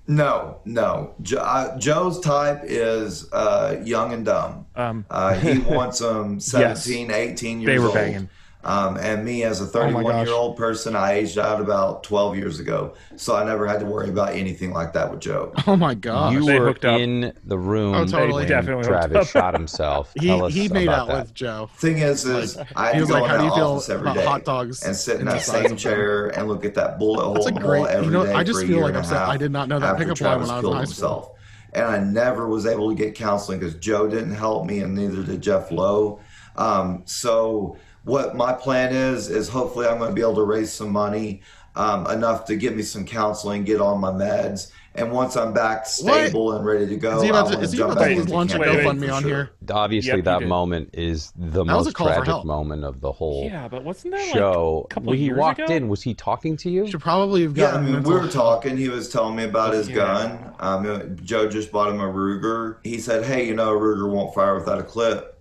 Speaker 10: No, no. Jo- I, Joe's type is uh, young and dumb.
Speaker 2: Um,
Speaker 10: Uh, he wants them 17, 18 years
Speaker 2: They were
Speaker 10: old.
Speaker 2: banging.
Speaker 10: Um, and me, as a
Speaker 9: Oh my
Speaker 10: 31
Speaker 9: gosh.
Speaker 10: year old person, I aged out about 12 years ago. So I never had to worry about anything like that with Joe.
Speaker 1: Oh my gosh.
Speaker 3: you
Speaker 2: They
Speaker 3: were
Speaker 2: hooked up.
Speaker 3: in the room
Speaker 1: Oh, totally.
Speaker 3: when
Speaker 2: Definitely hooked
Speaker 3: Travis
Speaker 2: up.
Speaker 3: shot himself.
Speaker 1: he
Speaker 3: Tell us
Speaker 1: he made
Speaker 3: about
Speaker 1: out
Speaker 3: that.
Speaker 1: with Joe.
Speaker 10: Thing is, is I
Speaker 1: he
Speaker 10: had to
Speaker 1: was
Speaker 10: go
Speaker 1: like,
Speaker 10: in
Speaker 1: "How do
Speaker 10: that
Speaker 1: you feel
Speaker 10: office every
Speaker 1: about
Speaker 10: day
Speaker 1: hot dogs
Speaker 10: and sit in
Speaker 1: in the
Speaker 10: that
Speaker 1: size of
Speaker 10: same
Speaker 1: them?"
Speaker 10: chair and look at that bullet hole
Speaker 1: That's a
Speaker 10: in the wall
Speaker 1: great- you
Speaker 10: every
Speaker 1: know,
Speaker 10: day
Speaker 1: I just
Speaker 10: for a
Speaker 1: feel
Speaker 10: year
Speaker 1: like
Speaker 10: and a
Speaker 1: upset
Speaker 10: half
Speaker 1: I did not know that
Speaker 10: after
Speaker 1: pickup line
Speaker 10: Travis
Speaker 1: when I was in
Speaker 10: killed
Speaker 1: high school.
Speaker 10: himself. And I never was able to get counseling because Joe didn't help me, and neither did Jeff Lowe. Um, so what my plan is is hopefully I'm going to be able to raise some money um, enough to get me some counseling, get on my meds, and once I'm back stable and ready to go,
Speaker 1: Is he
Speaker 10: I
Speaker 1: about
Speaker 10: want
Speaker 1: to, is he
Speaker 10: jump
Speaker 1: about
Speaker 10: back
Speaker 1: to
Speaker 10: into
Speaker 1: launch a
Speaker 2: wait, wait,
Speaker 10: campaigning
Speaker 1: GoFundMe
Speaker 10: for
Speaker 1: on
Speaker 10: sure.
Speaker 1: here?
Speaker 3: Obviously,
Speaker 2: Yep, he
Speaker 3: that
Speaker 2: did.
Speaker 3: moment is the
Speaker 1: That was a
Speaker 3: most
Speaker 1: call for
Speaker 3: tragic
Speaker 1: help.
Speaker 3: moment of the whole
Speaker 2: Yeah, but wasn't that
Speaker 3: show.
Speaker 2: like a couple
Speaker 3: when he
Speaker 2: years
Speaker 3: walked
Speaker 2: ago?
Speaker 3: in, was he talking to you?
Speaker 1: Should probably have
Speaker 10: Yeah,
Speaker 1: gotten
Speaker 10: I mean, we
Speaker 1: mental-
Speaker 10: were talking. He was telling me about his gun. Um, Joe just bought him a Ruger. He said, "Hey, you know, a Ruger won't fire without a clip."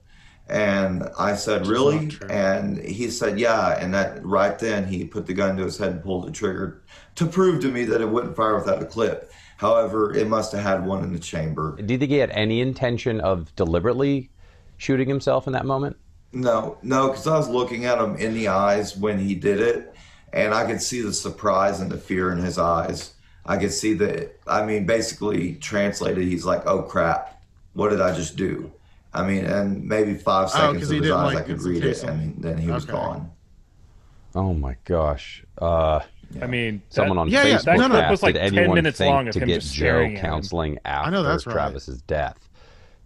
Speaker 10: And I said, "Really?" And he said, "Yeah." And that right then, he put the gun to his head and pulled the trigger to prove to me that it wouldn't fire without a clip. However, it must have had one in the chamber.
Speaker 3: Do you think he had any intention of deliberately shooting himself in that moment?
Speaker 10: No, no, because I was looking at him in the eyes when he did it, and I could see the surprise and the fear in his eyes. I could see that, I mean, basically translated, he's like, oh crap, what did I just do? I mean, and maybe five
Speaker 1: Oh,
Speaker 10: seconds
Speaker 1: 'cause
Speaker 10: of
Speaker 1: he
Speaker 10: his
Speaker 1: didn't,
Speaker 10: eyes,
Speaker 1: like,
Speaker 10: I could
Speaker 1: it's a
Speaker 10: read
Speaker 1: case
Speaker 10: it,
Speaker 1: of-
Speaker 10: and then he was
Speaker 1: Okay.
Speaker 10: gone.
Speaker 3: Oh my gosh! Uh,
Speaker 2: I mean, that-
Speaker 3: someone on
Speaker 1: Yeah, yeah,
Speaker 3: Facebook
Speaker 1: that clip
Speaker 3: asked,
Speaker 2: was like
Speaker 3: did
Speaker 2: 10
Speaker 3: anyone
Speaker 2: minutes
Speaker 3: think
Speaker 2: long of
Speaker 3: to
Speaker 2: him
Speaker 3: get
Speaker 2: just
Speaker 3: Joe
Speaker 2: staring at him.
Speaker 3: counseling after
Speaker 1: that's right.
Speaker 3: Travis's death?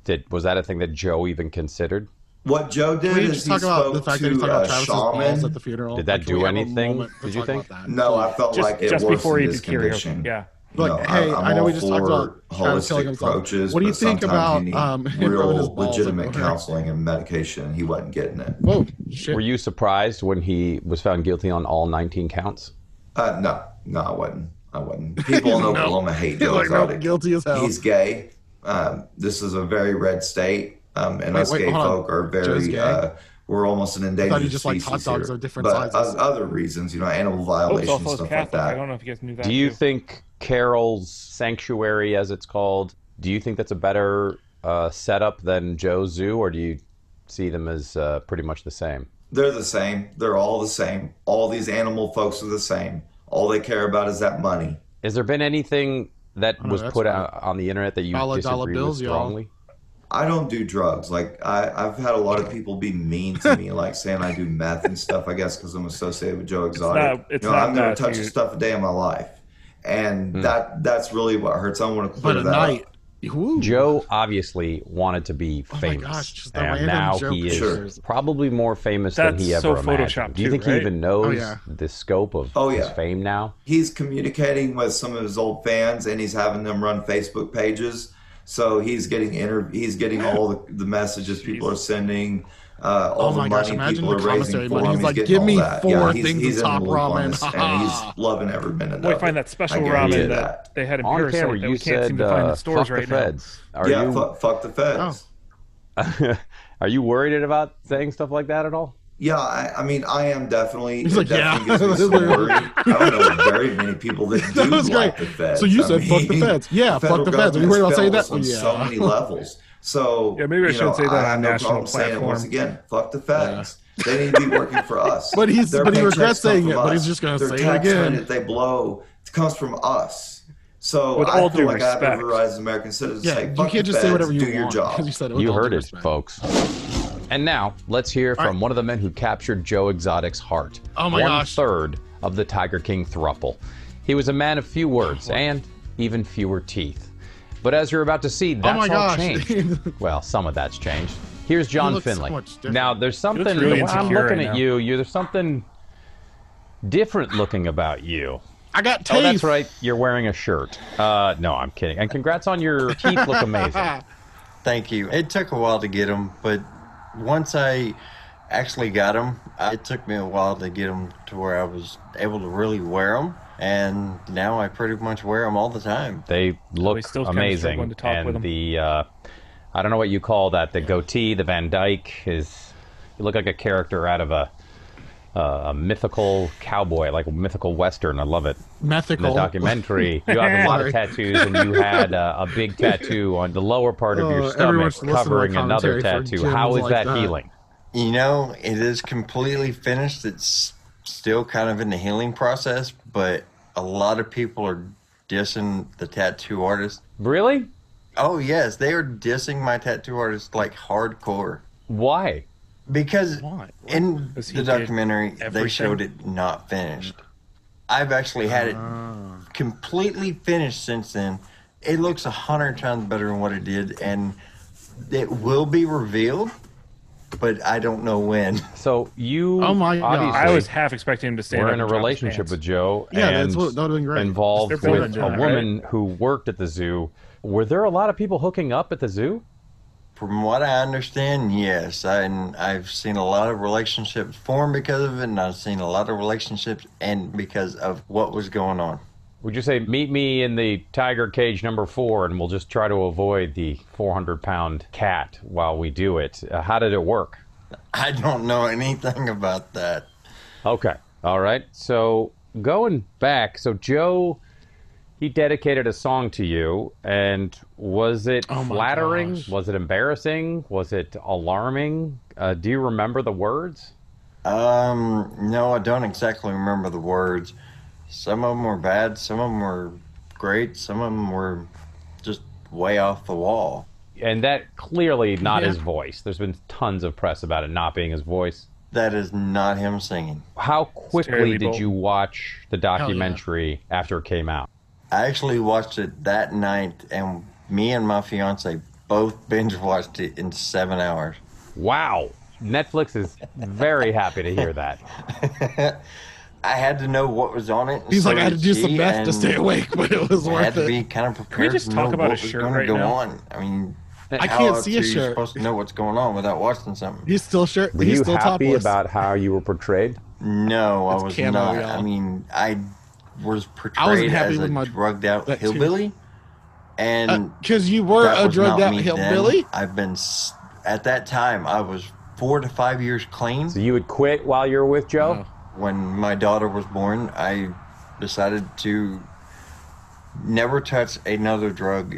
Speaker 3: Did was that a thing that Joe even considered?
Speaker 10: What Joe did
Speaker 1: Can we
Speaker 10: is
Speaker 1: just
Speaker 10: he
Speaker 1: talk about
Speaker 10: spoke
Speaker 1: the fact
Speaker 10: to
Speaker 1: that he's talking about
Speaker 10: a
Speaker 1: Travis's balls
Speaker 10: shaman.
Speaker 1: at the funeral?
Speaker 3: Did that
Speaker 1: Like, can
Speaker 3: do
Speaker 1: we have a
Speaker 3: anything?
Speaker 1: moment to
Speaker 3: Did you
Speaker 1: talk
Speaker 3: think?
Speaker 1: about that?
Speaker 10: no, I felt
Speaker 2: just,
Speaker 10: like it
Speaker 2: just
Speaker 10: worsened
Speaker 2: before he
Speaker 10: his
Speaker 2: did karaoke.
Speaker 10: condition.
Speaker 2: Yeah.
Speaker 10: No,
Speaker 1: Like, hey,
Speaker 10: I'm
Speaker 1: I know we
Speaker 10: all
Speaker 1: just talked
Speaker 10: for
Speaker 1: about Travis killing
Speaker 10: holistic
Speaker 1: himself.
Speaker 10: approaches.
Speaker 1: What do you
Speaker 10: but
Speaker 1: think
Speaker 10: sometimes
Speaker 1: about,
Speaker 10: you need
Speaker 1: um, him rubbing his
Speaker 10: real
Speaker 1: balls
Speaker 10: legitimate
Speaker 1: everywhere?
Speaker 10: counseling and medication? He wasn't getting it.
Speaker 1: Whoa, shit.
Speaker 3: Were you surprised when he was found guilty on all 19 counts?
Speaker 10: Uh, no, no, I wasn't. I wasn't. People in Oklahoma hate
Speaker 1: He's
Speaker 10: Joe
Speaker 1: like, nope,
Speaker 10: Exotic.
Speaker 1: guilty as hell.
Speaker 10: He's gay. Um, this is a very red state, um, and
Speaker 1: Wait,
Speaker 10: us
Speaker 1: wait,
Speaker 10: gay
Speaker 1: hold on.
Speaker 10: folk are
Speaker 1: Joe's
Speaker 10: very.
Speaker 1: gay?
Speaker 10: Uh, we're almost an endangered
Speaker 1: he just liked
Speaker 10: species
Speaker 1: hot dogs
Speaker 10: here.
Speaker 1: of different
Speaker 10: but
Speaker 1: sizes.
Speaker 10: o- other reasons, you know, animal
Speaker 2: Pope's
Speaker 10: violations,
Speaker 2: also
Speaker 10: stuff like
Speaker 2: Catholic. I
Speaker 10: that.
Speaker 2: don't know if you guys knew that.
Speaker 3: Do you
Speaker 2: too.
Speaker 3: think Carol's sanctuary, as it's called, do you think that's a better uh, setup than Joe's Zoo, or do you see them as uh, pretty much the same?
Speaker 10: They're the same. They're all the same. All these animal folks are the same. All they care about is that money.
Speaker 3: Has there been anything that
Speaker 1: know,
Speaker 3: was
Speaker 1: that's
Speaker 3: put
Speaker 1: right.
Speaker 3: out on the internet that you
Speaker 1: Dollar, dollar
Speaker 3: disagree with
Speaker 1: bills, y'all.
Speaker 3: strongly?
Speaker 10: I don't do drugs. Like I, I've had a lot of people be mean to me, like saying I do meth and stuff. I guess because I'm associated with Joe Exotic.
Speaker 2: not- it's
Speaker 10: you know,
Speaker 2: not
Speaker 10: I'm never
Speaker 2: meth, Hmm.
Speaker 10: touched
Speaker 2: dude.
Speaker 10: stuff a day in my life, and that that's really what hurts. I want to clear that up.
Speaker 3: Joe obviously wanted to be famous,
Speaker 1: Oh gosh, just the
Speaker 3: and
Speaker 1: random
Speaker 3: now
Speaker 1: Joe
Speaker 3: he is
Speaker 1: pictures.
Speaker 3: probably more famous than he
Speaker 2: That's
Speaker 3: ever
Speaker 2: so
Speaker 3: imagined.
Speaker 2: Photoshopped
Speaker 3: Do you
Speaker 2: too,
Speaker 3: think he
Speaker 2: right?
Speaker 3: even knows
Speaker 1: Oh, yeah.
Speaker 3: the scope of
Speaker 10: Oh,
Speaker 3: his
Speaker 10: yeah.
Speaker 3: fame now?
Speaker 10: he's communicating with some of his old fans and he's having them run Facebook pages. So he's getting inter- he's getting all the, the messages people are sending, uh, all
Speaker 1: Oh my
Speaker 10: the
Speaker 1: gosh,
Speaker 10: money
Speaker 1: imagine
Speaker 10: people
Speaker 1: the
Speaker 10: are
Speaker 1: commissary
Speaker 10: raising for
Speaker 1: money.
Speaker 10: him.
Speaker 1: He's like,
Speaker 10: getting
Speaker 1: "Give
Speaker 10: all
Speaker 1: me
Speaker 10: that."
Speaker 1: four
Speaker 10: he's-
Speaker 1: things
Speaker 10: he's in the
Speaker 1: of top
Speaker 10: loop on
Speaker 1: ramen.
Speaker 10: this, and he's loving every minute
Speaker 2: Boy,
Speaker 10: of
Speaker 2: find
Speaker 10: it.
Speaker 2: that special
Speaker 10: I guarantee
Speaker 2: ramen
Speaker 10: you
Speaker 2: that,
Speaker 10: that.
Speaker 2: they had in
Speaker 3: On
Speaker 2: Parasite
Speaker 3: camera,
Speaker 2: that
Speaker 3: you
Speaker 2: we can't
Speaker 3: said,
Speaker 2: seem to find
Speaker 3: uh,
Speaker 2: in stores
Speaker 3: "Fuck
Speaker 2: right
Speaker 3: the feds." Are
Speaker 10: yeah,
Speaker 3: you
Speaker 10: fuck, fuck the feds.
Speaker 1: Oh.
Speaker 3: are you worried about saying stuff like that at all?
Speaker 10: Yeah, I, I mean, I am definitely.
Speaker 1: He's
Speaker 10: it
Speaker 1: like, yeah.
Speaker 10: definitely gives me some worry. I don't know very many people that do
Speaker 1: That was
Speaker 10: like
Speaker 1: great.
Speaker 10: the feds.
Speaker 1: So you
Speaker 10: I
Speaker 1: said, fuck the
Speaker 10: mean,
Speaker 1: feds. Yeah,
Speaker 10: federal
Speaker 1: fuck the feds. Are you
Speaker 10: government's
Speaker 1: worried about saying that?
Speaker 10: failed us On
Speaker 1: Well, yeah.
Speaker 10: so many levels. So
Speaker 2: Yeah, maybe I
Speaker 10: you
Speaker 2: shouldn't
Speaker 10: know,
Speaker 2: say that
Speaker 10: I
Speaker 2: on
Speaker 10: have no
Speaker 2: national
Speaker 10: problem saying it
Speaker 2: platform.
Speaker 10: once again. Fuck the feds. They need to be working for us.
Speaker 1: But he's-
Speaker 10: Their
Speaker 1: but he
Speaker 10: paychecks
Speaker 1: regrets
Speaker 10: come
Speaker 1: saying
Speaker 10: from
Speaker 1: it, but
Speaker 10: us.
Speaker 1: he's just gonna
Speaker 10: Their
Speaker 1: say it
Speaker 10: tax
Speaker 1: again.
Speaker 10: money that they blow comes from us. So
Speaker 2: With
Speaker 10: I
Speaker 2: all
Speaker 10: feel
Speaker 2: due
Speaker 10: like I have
Speaker 2: respect.
Speaker 10: every right as an American citizen
Speaker 1: Yeah,
Speaker 10: to say,
Speaker 1: you
Speaker 10: fuck
Speaker 1: can't
Speaker 10: the
Speaker 1: just
Speaker 10: feds,
Speaker 1: say whatever you
Speaker 10: do
Speaker 1: want.
Speaker 10: your job.
Speaker 1: 'cause You, said it with
Speaker 3: You
Speaker 1: all due
Speaker 3: heard it,
Speaker 1: respect.
Speaker 3: folks. And now let's hear from one of the men who captured Joe Exotic's heart.
Speaker 1: Oh my
Speaker 3: One
Speaker 1: gosh.
Speaker 3: third of the Tiger King thruple. He was a man of few words and even fewer teeth. But as you're about to see, that's
Speaker 1: Oh my
Speaker 3: all
Speaker 1: gosh.
Speaker 3: changed. well, some of that's changed. Here's John
Speaker 1: looks so
Speaker 3: Finley.
Speaker 1: much different.
Speaker 3: now there's something
Speaker 2: really
Speaker 3: the way I'm
Speaker 2: insecure
Speaker 3: looking
Speaker 2: right
Speaker 3: at
Speaker 2: now.
Speaker 3: you, you there's something different looking about you.
Speaker 1: I got tape.
Speaker 3: Oh, that's right. You're wearing a shirt. Uh, no, I'm kidding. And congrats on your teeth look amazing.
Speaker 11: Thank you. It took a while to get them, but once I actually got them, it took me a while to get them to where I was able to really wear them. And now I pretty much wear them all the time.
Speaker 3: They look
Speaker 2: we still kinda
Speaker 3: amazing.
Speaker 2: struggling to talk
Speaker 3: and
Speaker 2: with 'em.
Speaker 3: the uh, I don't know what you call that. The goatee, the Van Dyke is. You look like a character out of a uh, a mythical cowboy, like a mythical western. I love it. In the
Speaker 1: Mythical.
Speaker 3: documentary, you have a lot of tattoos, and you had uh, a big tattoo on the lower part of
Speaker 1: Uh,
Speaker 3: your
Speaker 1: everyone
Speaker 3: stomach
Speaker 1: should listen to my
Speaker 3: covering
Speaker 1: commentary
Speaker 3: another
Speaker 1: for
Speaker 3: tattoo.
Speaker 1: Jim's
Speaker 3: How is
Speaker 1: like
Speaker 3: that,
Speaker 1: that.
Speaker 3: healing?
Speaker 11: You know, it is completely finished. It's still kind of in the healing process, but a lot of people are dissing the tattoo artist.
Speaker 3: Really?
Speaker 11: Oh, yes, they are dissing my tattoo artist like hardcore.
Speaker 3: Why?
Speaker 11: Because
Speaker 1: Why?
Speaker 11: in
Speaker 2: Because he
Speaker 11: the
Speaker 2: did
Speaker 11: documentary, they
Speaker 2: everything?
Speaker 11: showed it not finished. I've actually had it
Speaker 2: Ah.
Speaker 11: completely finished since then. It looks a hundred times better than what it did, and it will be revealed, but I don't know when.
Speaker 3: So you?
Speaker 1: Oh my God.
Speaker 3: obviously,
Speaker 2: I was half expecting him to stand.
Speaker 3: We're
Speaker 2: up
Speaker 3: in a
Speaker 2: and drop his
Speaker 3: relationship
Speaker 2: pants.
Speaker 3: with Joe.
Speaker 1: Yeah,
Speaker 3: and
Speaker 1: that's what- that would've been great.
Speaker 3: Involved
Speaker 2: They're
Speaker 3: with
Speaker 2: both
Speaker 3: a
Speaker 2: in that, right?
Speaker 3: woman who worked at the zoo. Were there a lot of people hooking up at the zoo?
Speaker 11: From what I understand, yes, I, and I've seen a lot of relationships form because of it, and I've seen a lot of relationships and because of what was going on.
Speaker 3: Would you say, meet me in the tiger cage number four and we'll just try to avoid the 400 pound cat while we do it? Uh, how did it work?
Speaker 11: I don't know anything about that.
Speaker 3: Okay. All right. So going back, so Joe, he dedicated a song to you, and was it
Speaker 1: Oh my
Speaker 3: flattering?
Speaker 1: gosh.
Speaker 3: Was it embarrassing? Was it alarming? Uh, do you remember the words?
Speaker 11: Um, no, I don't exactly remember the words. Some of them were bad, some of them were great, some of them were just way off the wall.
Speaker 3: and that clearly not
Speaker 1: Yeah.
Speaker 3: his voice. There's been tons of press about it not being his voice.
Speaker 11: That is not him singing.
Speaker 3: How quickly did
Speaker 2: terrible.
Speaker 3: you watch the documentary after it came out?
Speaker 11: I actually watched it that night, and me and my fiance both binge watched it in seven hours.
Speaker 3: Wow. Netflix is very happy to hear that.
Speaker 11: I had to know what was on it. and
Speaker 1: He's
Speaker 11: so
Speaker 1: like, I had to
Speaker 11: did
Speaker 1: do some
Speaker 11: she,
Speaker 1: math to
Speaker 11: and
Speaker 1: stay awake, but it was
Speaker 11: I
Speaker 1: worth
Speaker 11: had to
Speaker 1: it.
Speaker 11: be kind of prepared.
Speaker 2: just
Speaker 11: to
Speaker 2: talk
Speaker 11: know
Speaker 2: about
Speaker 11: what
Speaker 2: a
Speaker 11: was
Speaker 2: shirt
Speaker 11: gonna
Speaker 2: right
Speaker 11: go
Speaker 2: now?
Speaker 11: on? I mean,
Speaker 1: I
Speaker 11: how
Speaker 1: can't
Speaker 11: else
Speaker 1: see a
Speaker 11: are you
Speaker 1: shirt.
Speaker 11: supposed to know what's going on without watching something?
Speaker 1: He's still shirt.
Speaker 3: Were
Speaker 1: he's
Speaker 3: you
Speaker 1: still
Speaker 3: happy
Speaker 1: topless.
Speaker 3: about how you were portrayed?
Speaker 11: No, I
Speaker 1: It's
Speaker 11: was
Speaker 1: camo,
Speaker 11: not.
Speaker 1: y'all.
Speaker 11: I mean, I was portrayed
Speaker 1: happy
Speaker 11: as
Speaker 1: with
Speaker 11: a
Speaker 1: my-
Speaker 11: drugged out
Speaker 1: that too.
Speaker 11: hillbilly, and
Speaker 1: Because you were
Speaker 11: that
Speaker 1: a
Speaker 11: was
Speaker 1: drugged
Speaker 11: not
Speaker 1: out
Speaker 11: me then.
Speaker 1: hillbilly.
Speaker 11: I've been s- at that time. I was four to five years clean.
Speaker 3: So you would quit while you were with Joe?
Speaker 11: When my daughter was born, I decided to never touch another drug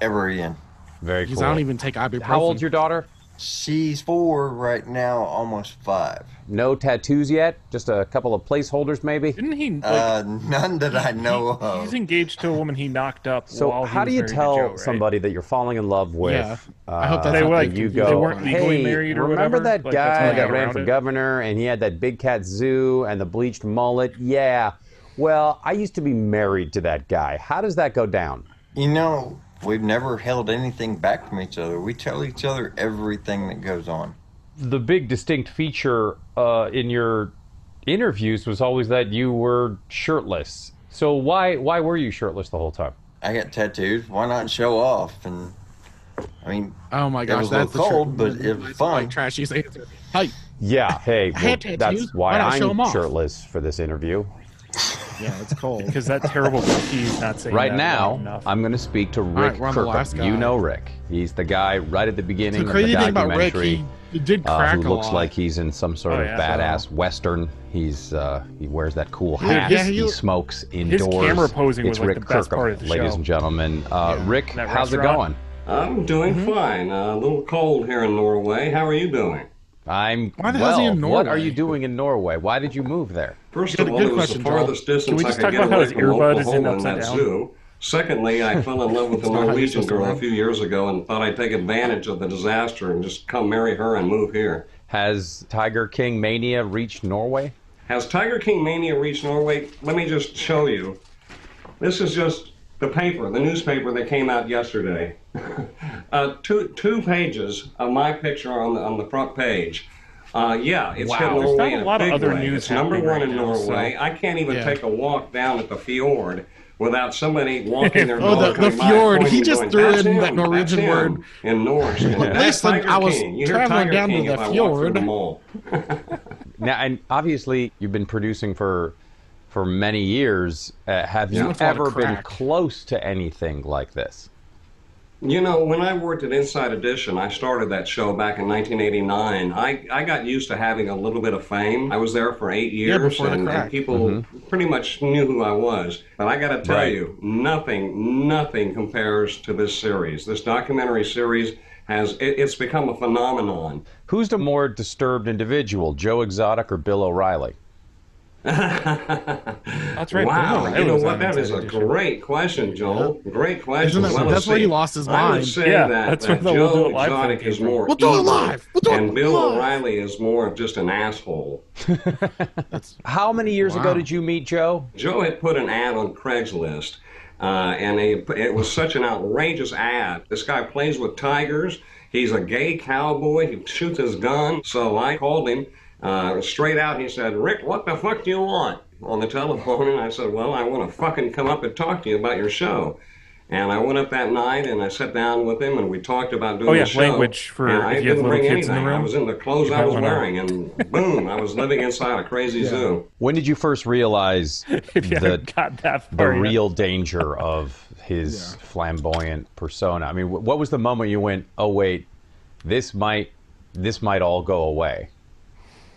Speaker 11: ever again.
Speaker 3: Very
Speaker 1: Because
Speaker 3: cool.
Speaker 1: I don't even take ibuprofen.
Speaker 3: How old's your daughter?
Speaker 11: She's four right now, almost five.
Speaker 3: No tattoos yet. Just a couple of placeholders, maybe.
Speaker 2: Didn't he?
Speaker 11: Uh, none that I know of.
Speaker 2: He's engaged to a woman he knocked up.
Speaker 3: So
Speaker 2: while he
Speaker 3: how do
Speaker 2: was
Speaker 3: you
Speaker 2: married to
Speaker 3: tell
Speaker 2: Joe, right?
Speaker 3: somebody that you're falling in love with?
Speaker 2: Yeah.
Speaker 1: I hope that's
Speaker 3: uh,
Speaker 1: not
Speaker 3: that
Speaker 1: the
Speaker 3: you
Speaker 1: confusing
Speaker 3: go.
Speaker 1: They weren't
Speaker 2: legally
Speaker 3: hey,
Speaker 2: married or
Speaker 3: remember
Speaker 2: whatever?
Speaker 3: that
Speaker 2: Like, that's how
Speaker 3: guy
Speaker 2: they
Speaker 3: that
Speaker 2: got
Speaker 3: ran
Speaker 2: around
Speaker 3: for
Speaker 2: it?
Speaker 3: governor and he had that big cat zoo and the bleached mullet? Yeah. Well, I used to be married to that guy. How does that go down?
Speaker 11: You know, we've never held anything back from each other. We tell each other everything that goes on.
Speaker 3: the big distinct feature uh, in your interviews was always that you were shirtless. So why why were you shirtless the whole time?
Speaker 11: I got tattoos. Why not show off? And I mean,
Speaker 1: oh my
Speaker 11: it
Speaker 1: gosh,
Speaker 11: was
Speaker 1: that's
Speaker 11: a
Speaker 1: the tr-
Speaker 11: little cold, but it was fun.
Speaker 1: Like trash. He's like, hi.
Speaker 3: Yeah, hey,
Speaker 1: I
Speaker 3: well,
Speaker 1: had tattoos.
Speaker 3: that's
Speaker 1: Why
Speaker 3: why
Speaker 1: not show 'em
Speaker 3: I'm
Speaker 1: off?
Speaker 3: shirtless for this interview.
Speaker 1: Yeah, it's cold.
Speaker 2: Because that terrible cookie's not saying
Speaker 3: Right
Speaker 2: that loud
Speaker 3: now,
Speaker 2: enough.
Speaker 3: I'm going to speak to
Speaker 1: right,
Speaker 3: Rick
Speaker 1: we're on the last
Speaker 3: Kirkup.
Speaker 1: guy.
Speaker 3: You know Rick. He's the guy right at the beginning
Speaker 1: The
Speaker 3: of
Speaker 1: crazy
Speaker 3: the
Speaker 1: thing about Rick,
Speaker 3: documentary.
Speaker 1: he he did
Speaker 3: uh,
Speaker 1: crack
Speaker 3: who
Speaker 1: a
Speaker 3: looks
Speaker 1: lot.
Speaker 3: like he's in some sort
Speaker 2: Oh,
Speaker 3: of
Speaker 2: yeah.
Speaker 3: badass western. He's uh, he wears that cool
Speaker 1: Dude,
Speaker 3: hat.
Speaker 1: yeah,
Speaker 3: he,
Speaker 1: he-
Speaker 3: smokes
Speaker 2: his
Speaker 3: indoors.
Speaker 2: camera posing
Speaker 3: it's
Speaker 2: was, like,
Speaker 3: Rick
Speaker 2: the best
Speaker 3: Kirkup,
Speaker 2: part of the
Speaker 3: ladies
Speaker 2: show.
Speaker 3: and gentlemen. Uh, Rick,
Speaker 2: That
Speaker 3: how's it
Speaker 2: restaurant. Mm-hmm.
Speaker 3: going?
Speaker 12: I'm doing fine. Uh, a little cold here in Norway. How are you doing?
Speaker 3: I'm
Speaker 1: Why the
Speaker 3: well.
Speaker 1: hell's he in
Speaker 3: What are
Speaker 1: Norway?
Speaker 3: you doing in Norway? Why did you move there?
Speaker 12: First
Speaker 1: Good-
Speaker 12: of all,
Speaker 1: good
Speaker 12: it was
Speaker 1: question,
Speaker 12: the
Speaker 1: Joel.
Speaker 12: farthest
Speaker 2: Can
Speaker 12: distance
Speaker 2: we
Speaker 12: I
Speaker 2: just
Speaker 12: could
Speaker 2: talk
Speaker 12: get
Speaker 2: about how
Speaker 12: away
Speaker 2: his
Speaker 12: from
Speaker 2: earbud is in
Speaker 12: Oklahoma and that
Speaker 2: upside down?
Speaker 12: zoo. Secondly, I fell in love with a
Speaker 1: It's not how you're
Speaker 12: Norwegian
Speaker 1: supposed to
Speaker 12: girl a
Speaker 1: live.
Speaker 12: few years ago and thought I'd take advantage of the disaster and just come marry her and move here.
Speaker 3: Has Tiger King mania reached Norway?
Speaker 12: Has Tiger King Mania reached Norway? Let me just show you. This is just the paper, the newspaper that came out yesterday. uh, two two pages of my picture on the, on the front page. Uh, yeah, it's
Speaker 3: Wow.
Speaker 12: hit Norway
Speaker 3: There's
Speaker 2: not
Speaker 12: in
Speaker 2: a lot of
Speaker 12: big
Speaker 2: other
Speaker 12: way.
Speaker 2: news
Speaker 12: It's number
Speaker 2: happening
Speaker 12: one
Speaker 2: right
Speaker 12: in
Speaker 2: now, so-
Speaker 12: Norway. I can't even
Speaker 1: Yeah.
Speaker 12: take a walk down at the fjord without somebody walking their
Speaker 1: Oh,
Speaker 12: dog
Speaker 1: the- the
Speaker 12: coming by
Speaker 1: fjord.
Speaker 12: pointing
Speaker 1: He just
Speaker 12: and going,
Speaker 1: threw
Speaker 12: "That's
Speaker 1: in
Speaker 12: him,
Speaker 1: that Norwegian
Speaker 12: that's him,"
Speaker 1: word.
Speaker 12: in Norse. That's
Speaker 1: listen,
Speaker 12: Tiger
Speaker 1: I was
Speaker 12: King. You hear
Speaker 1: traveling
Speaker 12: Tiger
Speaker 1: down to
Speaker 12: King
Speaker 1: the
Speaker 12: if I walk through
Speaker 1: fjord.
Speaker 12: the mall.
Speaker 3: Now, and obviously you've been producing for for many years. Uh, have
Speaker 1: Yeah.
Speaker 3: you
Speaker 1: That's a lot of
Speaker 3: ever been
Speaker 1: crack.
Speaker 3: close to anything like this?
Speaker 12: You know, when I worked at Inside Edition, I started that show back in 1989. I, I got used to having a little bit of fame. I was there for eight years,
Speaker 1: before the
Speaker 12: and,
Speaker 1: crack.
Speaker 12: and people pretty much knew who I was. But I got to tell
Speaker 3: Right.
Speaker 12: you, nothing, nothing compares to this series. This documentary series has it, it's become a phenomenon.
Speaker 3: Who's the more disturbed individual, Joe Exotic or Bill O'Reilly?
Speaker 2: That's right.
Speaker 12: Wow,
Speaker 2: Bill
Speaker 12: you know
Speaker 2: O'Reilly
Speaker 12: what?
Speaker 2: was
Speaker 12: That
Speaker 2: on
Speaker 12: is a
Speaker 2: Inside Edition.
Speaker 12: great question, Joel. Great question.
Speaker 1: Isn't that-
Speaker 12: Well, let's
Speaker 1: that's where he
Speaker 12: see.
Speaker 1: lost his
Speaker 12: I
Speaker 1: mind.
Speaker 12: would say
Speaker 2: Yeah,
Speaker 12: that,
Speaker 2: that's
Speaker 12: that
Speaker 2: where the We'll Do
Speaker 12: Joe
Speaker 2: It Live thing
Speaker 12: Exotic
Speaker 2: came
Speaker 12: is
Speaker 2: from.
Speaker 12: more
Speaker 1: We'll do it
Speaker 12: evil,
Speaker 1: live. We'll do it
Speaker 12: and Bill
Speaker 1: live.
Speaker 12: O'Reilly is more of just an asshole.
Speaker 3: How many years
Speaker 1: Wow.
Speaker 3: ago did you meet Joe?
Speaker 12: Joe had put an ad on Craigslist, uh, and he, it was such an outrageous ad. This guy plays with tigers. He's a gay cowboy. He shoots his gun. So I called him uh, straight out. He said, "Rick, what the fuck do you want?" On the telephone, and I said, "Well, I want to fucking come up and talk to you about your show." And I went up that night and I sat down with him and we talked about doing
Speaker 2: Oh, yeah,
Speaker 12: the show.
Speaker 2: language for
Speaker 12: and I
Speaker 2: if you have
Speaker 12: didn't
Speaker 2: little
Speaker 12: bring
Speaker 2: kids in the
Speaker 12: anything.
Speaker 2: room.
Speaker 12: I was in the clothes
Speaker 2: You
Speaker 12: I
Speaker 2: might
Speaker 12: was
Speaker 2: wanna-
Speaker 12: wearing, and boom, I was living inside a crazy zoo.
Speaker 3: When did you first realize
Speaker 2: If you
Speaker 3: the
Speaker 2: haven't got that
Speaker 3: the
Speaker 2: far yet.
Speaker 3: real danger of his flamboyant persona. I mean, wh- what was the moment you went, "Oh wait, this might this might all go away"?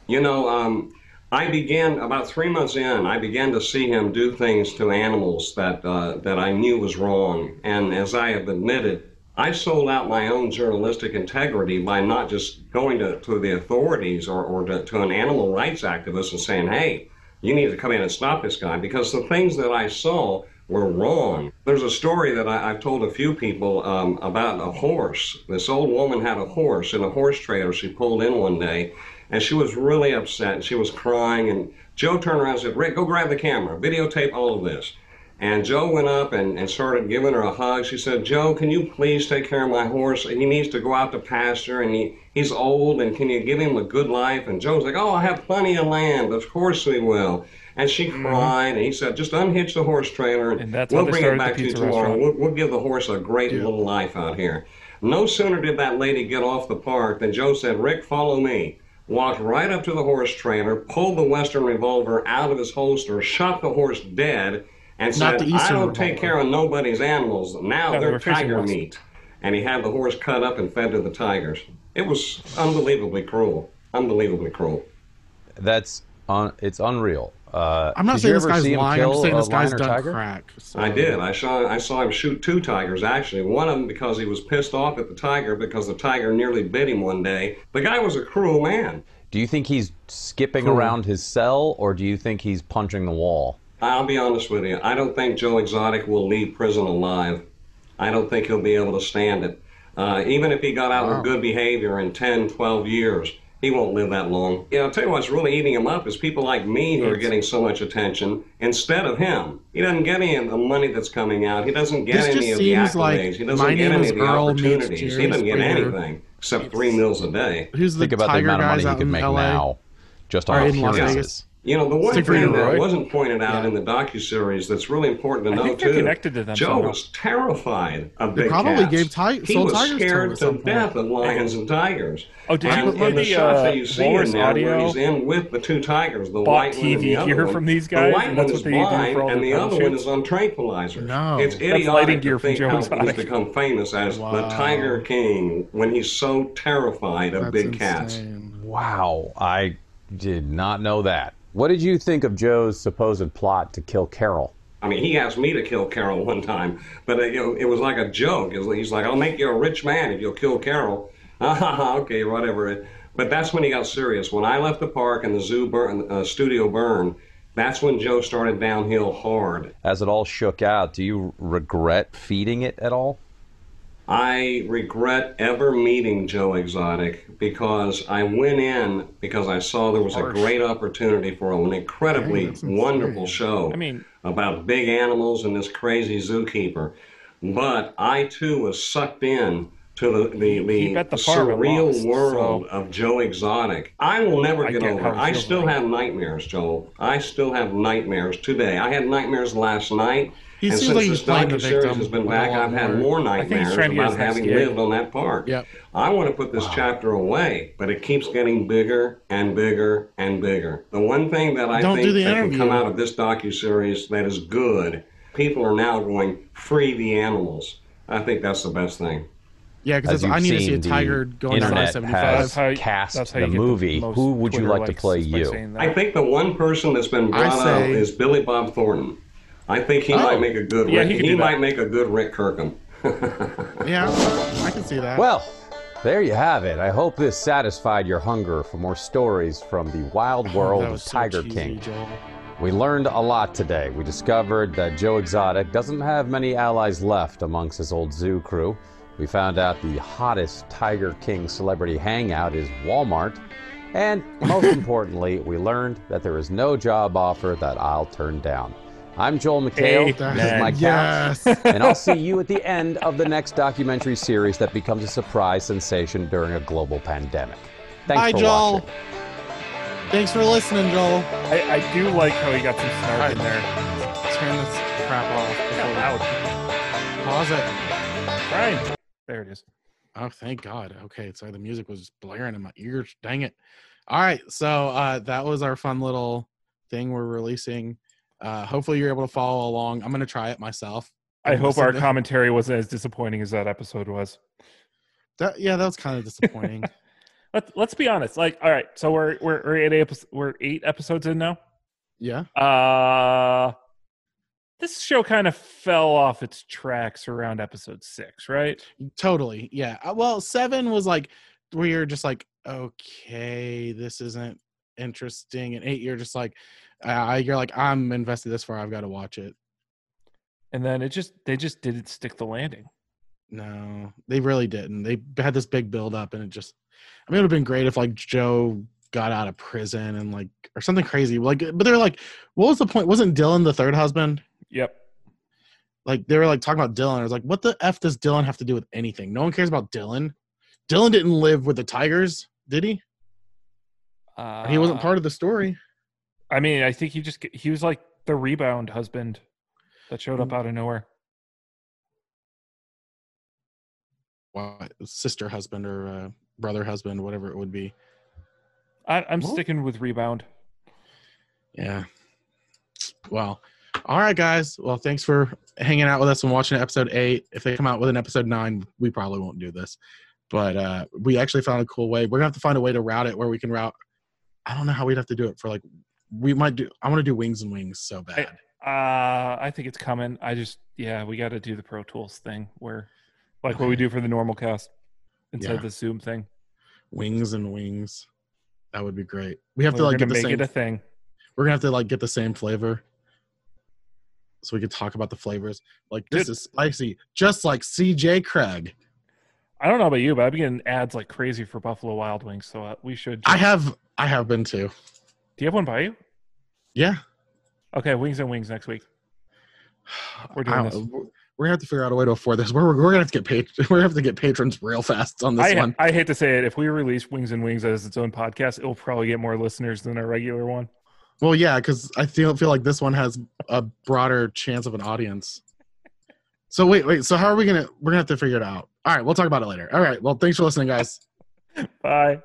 Speaker 12: You know, um, I began about three months in. I began to see him do things to animals that uh, that I knew was wrong. And as I have admitted, I sold out my own journalistic integrity by not just going to, to the authorities or, or to, to an animal rights activist and saying, "Hey, you need to come in and stop this guy," because the things that I saw were wrong. There's a story that I, I've told a few people um, about a horse. This old woman had a horse in a horse trailer she pulled in one day, and she was really upset. and She was crying, and Joe turned around and said, Rick, go grab the camera, videotape all of this. And Joe went up and, and started giving her a hug. She said, Joe, can you please take care of my horse? He needs to go out to pasture and he, he's old and can you give him a good life? And Joe's like, Oh, I have plenty of land. Of course we will. And she cried and he said, Just unhitch the horse trailer and,
Speaker 2: Mm-hmm. And that's how
Speaker 12: we'll
Speaker 2: they
Speaker 12: bring it
Speaker 2: started the
Speaker 12: back to you
Speaker 2: pizza
Speaker 12: tomorrow.
Speaker 2: restaurant.
Speaker 12: We'll, we'll give the horse a great little life out here. No sooner did that lady get off the park than Joe said, Rick, follow me walked right up to the horse trailer, pulled the Western revolver out of his holster, shot the horse dead, and said,
Speaker 1: Not the
Speaker 12: I
Speaker 1: Eastern
Speaker 12: don't take
Speaker 1: revolver.
Speaker 12: care of nobody's animals. Now
Speaker 2: No, they
Speaker 12: they're
Speaker 2: were fishing
Speaker 12: tiger
Speaker 2: ones.
Speaker 12: meat. And he had the horse cut up and fed to the tigers. It was unbelievably cruel. Unbelievably cruel.
Speaker 3: That's un, it's unreal. Uh,
Speaker 12: I'm not
Speaker 3: did
Speaker 12: saying
Speaker 3: you
Speaker 12: this
Speaker 3: ever
Speaker 12: guy's
Speaker 3: see him
Speaker 12: lying, I'm
Speaker 3: kill
Speaker 12: just saying
Speaker 3: a
Speaker 12: this guy's
Speaker 3: lion or
Speaker 12: done
Speaker 3: tiger?
Speaker 1: crack.
Speaker 12: I did. I saw I saw him shoot two tigers actually. One of them because he was pissed off at the tiger because the tiger nearly bit him one day. The guy was a cruel man.
Speaker 3: Do you think he's skipping
Speaker 12: Cool.
Speaker 3: around his cell, or do you think he's punching the wall?
Speaker 12: I'll be honest with you. I don't think Joe Exotic will leave prison alive. I don't think he'll be able to stand it. Uh, even if he got out with good behavior in 10, 12 years, he won't live that long. Yeah, I'll tell you what's really eating him up is people like me who are getting so much attention instead of him. He doesn't get any of the money that's coming out. He doesn't get
Speaker 1: This just
Speaker 12: any of the
Speaker 1: seems
Speaker 12: accolades.
Speaker 1: like
Speaker 12: he doesn't
Speaker 1: My
Speaker 12: get
Speaker 1: Name
Speaker 12: any
Speaker 1: is
Speaker 12: of the
Speaker 1: Earl meets
Speaker 12: opportunities. He
Speaker 1: Jerry
Speaker 12: doesn't get
Speaker 1: Springer.
Speaker 12: anything except three meals a day.
Speaker 1: Who's the
Speaker 3: Think about the
Speaker 1: tiger
Speaker 3: amount of
Speaker 1: guys
Speaker 3: money he
Speaker 1: out
Speaker 3: could
Speaker 1: in
Speaker 3: make
Speaker 1: LA?
Speaker 3: now, just
Speaker 1: Or
Speaker 3: on
Speaker 1: in Las
Speaker 3: appearances.
Speaker 1: Vegas.
Speaker 12: You know, the one
Speaker 1: Stick
Speaker 12: thing
Speaker 1: around,
Speaker 12: that
Speaker 1: Roy.
Speaker 12: wasn't pointed out in the docuseries that's really important to
Speaker 2: I
Speaker 12: know
Speaker 2: think
Speaker 12: too.
Speaker 2: they're connected to them
Speaker 12: Joe
Speaker 2: somehow.
Speaker 12: was terrified of
Speaker 1: They
Speaker 12: big
Speaker 1: probably
Speaker 12: cats.
Speaker 1: gave ti-
Speaker 12: He
Speaker 1: sold
Speaker 12: was
Speaker 1: tigers to him
Speaker 12: scared
Speaker 1: at
Speaker 12: to,
Speaker 1: some point.
Speaker 12: death of lions and tigers.
Speaker 2: Oh, did
Speaker 12: and,
Speaker 2: you hear
Speaker 12: and the,
Speaker 2: the,
Speaker 12: shots that
Speaker 2: uh,
Speaker 12: you see
Speaker 2: walrus
Speaker 12: in there where
Speaker 2: audio?
Speaker 12: he's in with the two tigers, the
Speaker 2: Bought
Speaker 12: white one and
Speaker 2: TV
Speaker 12: the other
Speaker 2: gear
Speaker 12: one.
Speaker 2: from these guys,
Speaker 12: The white
Speaker 2: and
Speaker 12: one
Speaker 2: that's
Speaker 12: is
Speaker 2: what they do for
Speaker 12: blind,
Speaker 2: all
Speaker 12: and
Speaker 2: the
Speaker 12: the other one
Speaker 2: shoots?
Speaker 12: is on tranquilizers.
Speaker 2: No.
Speaker 12: it's
Speaker 2: That's lighting
Speaker 12: idiotic
Speaker 2: gear
Speaker 12: to
Speaker 2: from
Speaker 12: think
Speaker 2: Joe
Speaker 12: how
Speaker 2: Exotic.
Speaker 12: he's become famous as the
Speaker 2: Wow.
Speaker 12: Tiger King when he's so terrified of big cats.
Speaker 3: Wow, I did not know that. What did you think of Joe's supposed plot to kill Carol? Uh,
Speaker 12: I mean, he asked me to kill Carol one time, but it, it was like a joke. It was- He's like, "I'll make you a rich man if you'll kill Carol." Ah, ha, ha, okay, whatever. But that's when he got serious. When I left the park and the zoo burn, uh, studio burned, that's when Joe started downhill hard.
Speaker 3: As it all shook out, do you regret feeding it at all?
Speaker 12: I regret ever meeting Joe Exotic because I went in because I saw there was a
Speaker 2: Harsh.
Speaker 12: great opportunity for an incredibly wonderful show
Speaker 2: I mean-
Speaker 12: about big animals and this crazy zookeeper. But I too was sucked in to the, the, the,
Speaker 2: He bet the farm and
Speaker 12: surreal
Speaker 2: lost,
Speaker 12: world of Joe Exotic. I will never
Speaker 2: I
Speaker 12: get
Speaker 2: get
Speaker 12: over
Speaker 2: how
Speaker 12: it.
Speaker 2: it
Speaker 12: I
Speaker 2: feels
Speaker 12: still have nightmares, Joel. I still have nightmares today. I had nightmares last night.
Speaker 1: He
Speaker 12: and
Speaker 1: seems
Speaker 12: since
Speaker 1: like
Speaker 12: this
Speaker 1: he's playing the
Speaker 12: docuseries
Speaker 1: victim
Speaker 12: has been
Speaker 1: with a
Speaker 12: back,
Speaker 1: lot
Speaker 12: I've had
Speaker 1: more-
Speaker 12: more
Speaker 1: I think
Speaker 12: nightmares
Speaker 1: he's trying to get
Speaker 12: about
Speaker 1: his next
Speaker 12: having
Speaker 1: gig.
Speaker 12: lived on that park. I want to put this chapter away, but it keeps getting bigger and bigger and bigger. The one thing that I
Speaker 1: Don't do
Speaker 12: think
Speaker 1: the
Speaker 12: that can
Speaker 1: interview.
Speaker 12: come out of this docuseries that is good, people are now going free the animals. I think that's the best thing.
Speaker 1: Yeah,
Speaker 3: As
Speaker 1: because
Speaker 3: you've
Speaker 1: I need to see a
Speaker 3: seen, the
Speaker 1: tiger going down
Speaker 3: internet
Speaker 1: 75.
Speaker 3: has cast the movie. Who would you like to play you?
Speaker 12: I think the one person that's been
Speaker 3: I
Speaker 12: brought up
Speaker 3: say-
Speaker 12: is Billy Bob Thornton. I think he
Speaker 1: Oh.
Speaker 12: might make a good
Speaker 1: Yeah,
Speaker 12: Rick.
Speaker 1: he could
Speaker 12: He,
Speaker 1: do that.
Speaker 12: might make a good Rick Kirkham.
Speaker 1: Yeah, I can see that.
Speaker 3: Well, there you have it. I hope this satisfied your hunger for more stories from the wild world
Speaker 1: that
Speaker 3: of
Speaker 1: was so
Speaker 3: Tiger
Speaker 1: cheesy,
Speaker 3: King.
Speaker 1: Joel.
Speaker 3: We learned a lot today. We discovered that Joe Exotic doesn't have many allies left amongst his old zoo crew. We found out the hottest Tiger King celebrity hangout is Walmart. And most importantly, we learned that there is no job offer that I'll turn down. I'm Joel McHale. this is my
Speaker 1: Amen.
Speaker 3: couch.
Speaker 1: Yes.
Speaker 3: and I'll see you at the end of the next documentary series that becomes a surprise sensation during a global pandemic. Thanks
Speaker 9: Bye,
Speaker 3: for
Speaker 9: Joel.
Speaker 3: watching.
Speaker 9: Thanks for listening, Joel.
Speaker 2: I, I do like how he got some snark in there.
Speaker 1: Turn this crap off.
Speaker 2: Yeah, loud.
Speaker 1: Pause it.
Speaker 2: Right. There it is.
Speaker 1: Oh, thank God. Okay, sorry, the music was blaring in my ears. Dang it. All right, so uh, that was our fun little thing we're releasing. Uh, hopefully, you're able to follow along. I'm going to try it myself.
Speaker 2: I
Speaker 1: and
Speaker 2: hope
Speaker 1: listen
Speaker 2: our
Speaker 1: to-
Speaker 2: commentary wasn't as disappointing as that episode was.
Speaker 1: That, yeah, that was kind of disappointing.
Speaker 2: Let's let's be honest. Like, all right, so we're we're, we're eight episodes we're eight episodes in now.
Speaker 1: yeah.
Speaker 2: Uh this show kind of fell off its tracks around episode six, right?
Speaker 1: Mm, Totally. Yeah. Uh, Well, seven was like where you're just like, okay, this isn't interesting, and eight you're just like, uh, you're like, I'm invested this far. I've got to watch it.
Speaker 2: And then it just they just didn't stick the landing.
Speaker 1: No, they really didn't. They had this big build up, and it just, I mean, it would have been great if like Joe got out of prison and like or something crazy. Like, but they're like, what was the point? Wasn't Dylan the third husband?
Speaker 2: Yep.
Speaker 1: Like they were like talking about Dylan. I was like, what the f does Dylan have to do with anything? No one cares about Dylan. Dylan didn't live with the Tigers, did he?
Speaker 2: Uh,
Speaker 1: he wasn't part of the story.
Speaker 2: I mean, I think he just he was like the rebound husband that showed
Speaker 1: Mm.
Speaker 2: up out of nowhere.
Speaker 1: What sister husband or uh, brother husband, whatever it would be.
Speaker 2: I, I'm
Speaker 1: Well-
Speaker 2: sticking with rebound.
Speaker 1: Yeah. Well, all right, guys. Well, thanks for hanging out with us and watching episode eight. If they come out with an episode nine, we probably won't do this. But uh, we actually found a cool way. We're gonna have to find a way to route it where we can route. I don't know how we'd have to do it for like we might do. I want to do wings and wings so bad.
Speaker 2: Uh, I think it's coming. I just, yeah, we got to do the Pro Tools thing where, like what we do for the normal cast instead
Speaker 1: Yeah.
Speaker 2: of the Zoom thing.
Speaker 1: Wings and wings, that would be great. We have to
Speaker 2: We're
Speaker 1: like get
Speaker 2: gonna
Speaker 1: the
Speaker 2: make it
Speaker 1: same
Speaker 2: a thing.
Speaker 1: We're gonna have to like get the same flavor, so we could talk about the flavors. Like this
Speaker 2: Dude.
Speaker 1: is spicy, just like CJ Craig.
Speaker 2: I don't know about you, but I've been getting ads like crazy for Buffalo Wild Wings, so uh, we should.
Speaker 1: I have, I have been too.
Speaker 2: Do you have one by you?
Speaker 1: Yeah,
Speaker 2: Okay, Wings and Wings next week. We're
Speaker 1: I
Speaker 2: doing
Speaker 1: don't-
Speaker 2: this.
Speaker 1: We're gonna have to figure out a way to afford this. We're, we're gonna have to get pat- We're gonna have to get patrons real fast on this
Speaker 2: I,
Speaker 1: one.
Speaker 2: I hate to say it. If we release Wings and Wings as its own podcast, it will probably get more listeners than our regular one.
Speaker 1: Well, yeah, because I feel feel like this one has a broader chance of an audience. So wait, wait. So how are we gonna? We're gonna have to figure it out. All right, we'll talk about it later. All right. Well, thanks for listening, guys.
Speaker 2: Bye.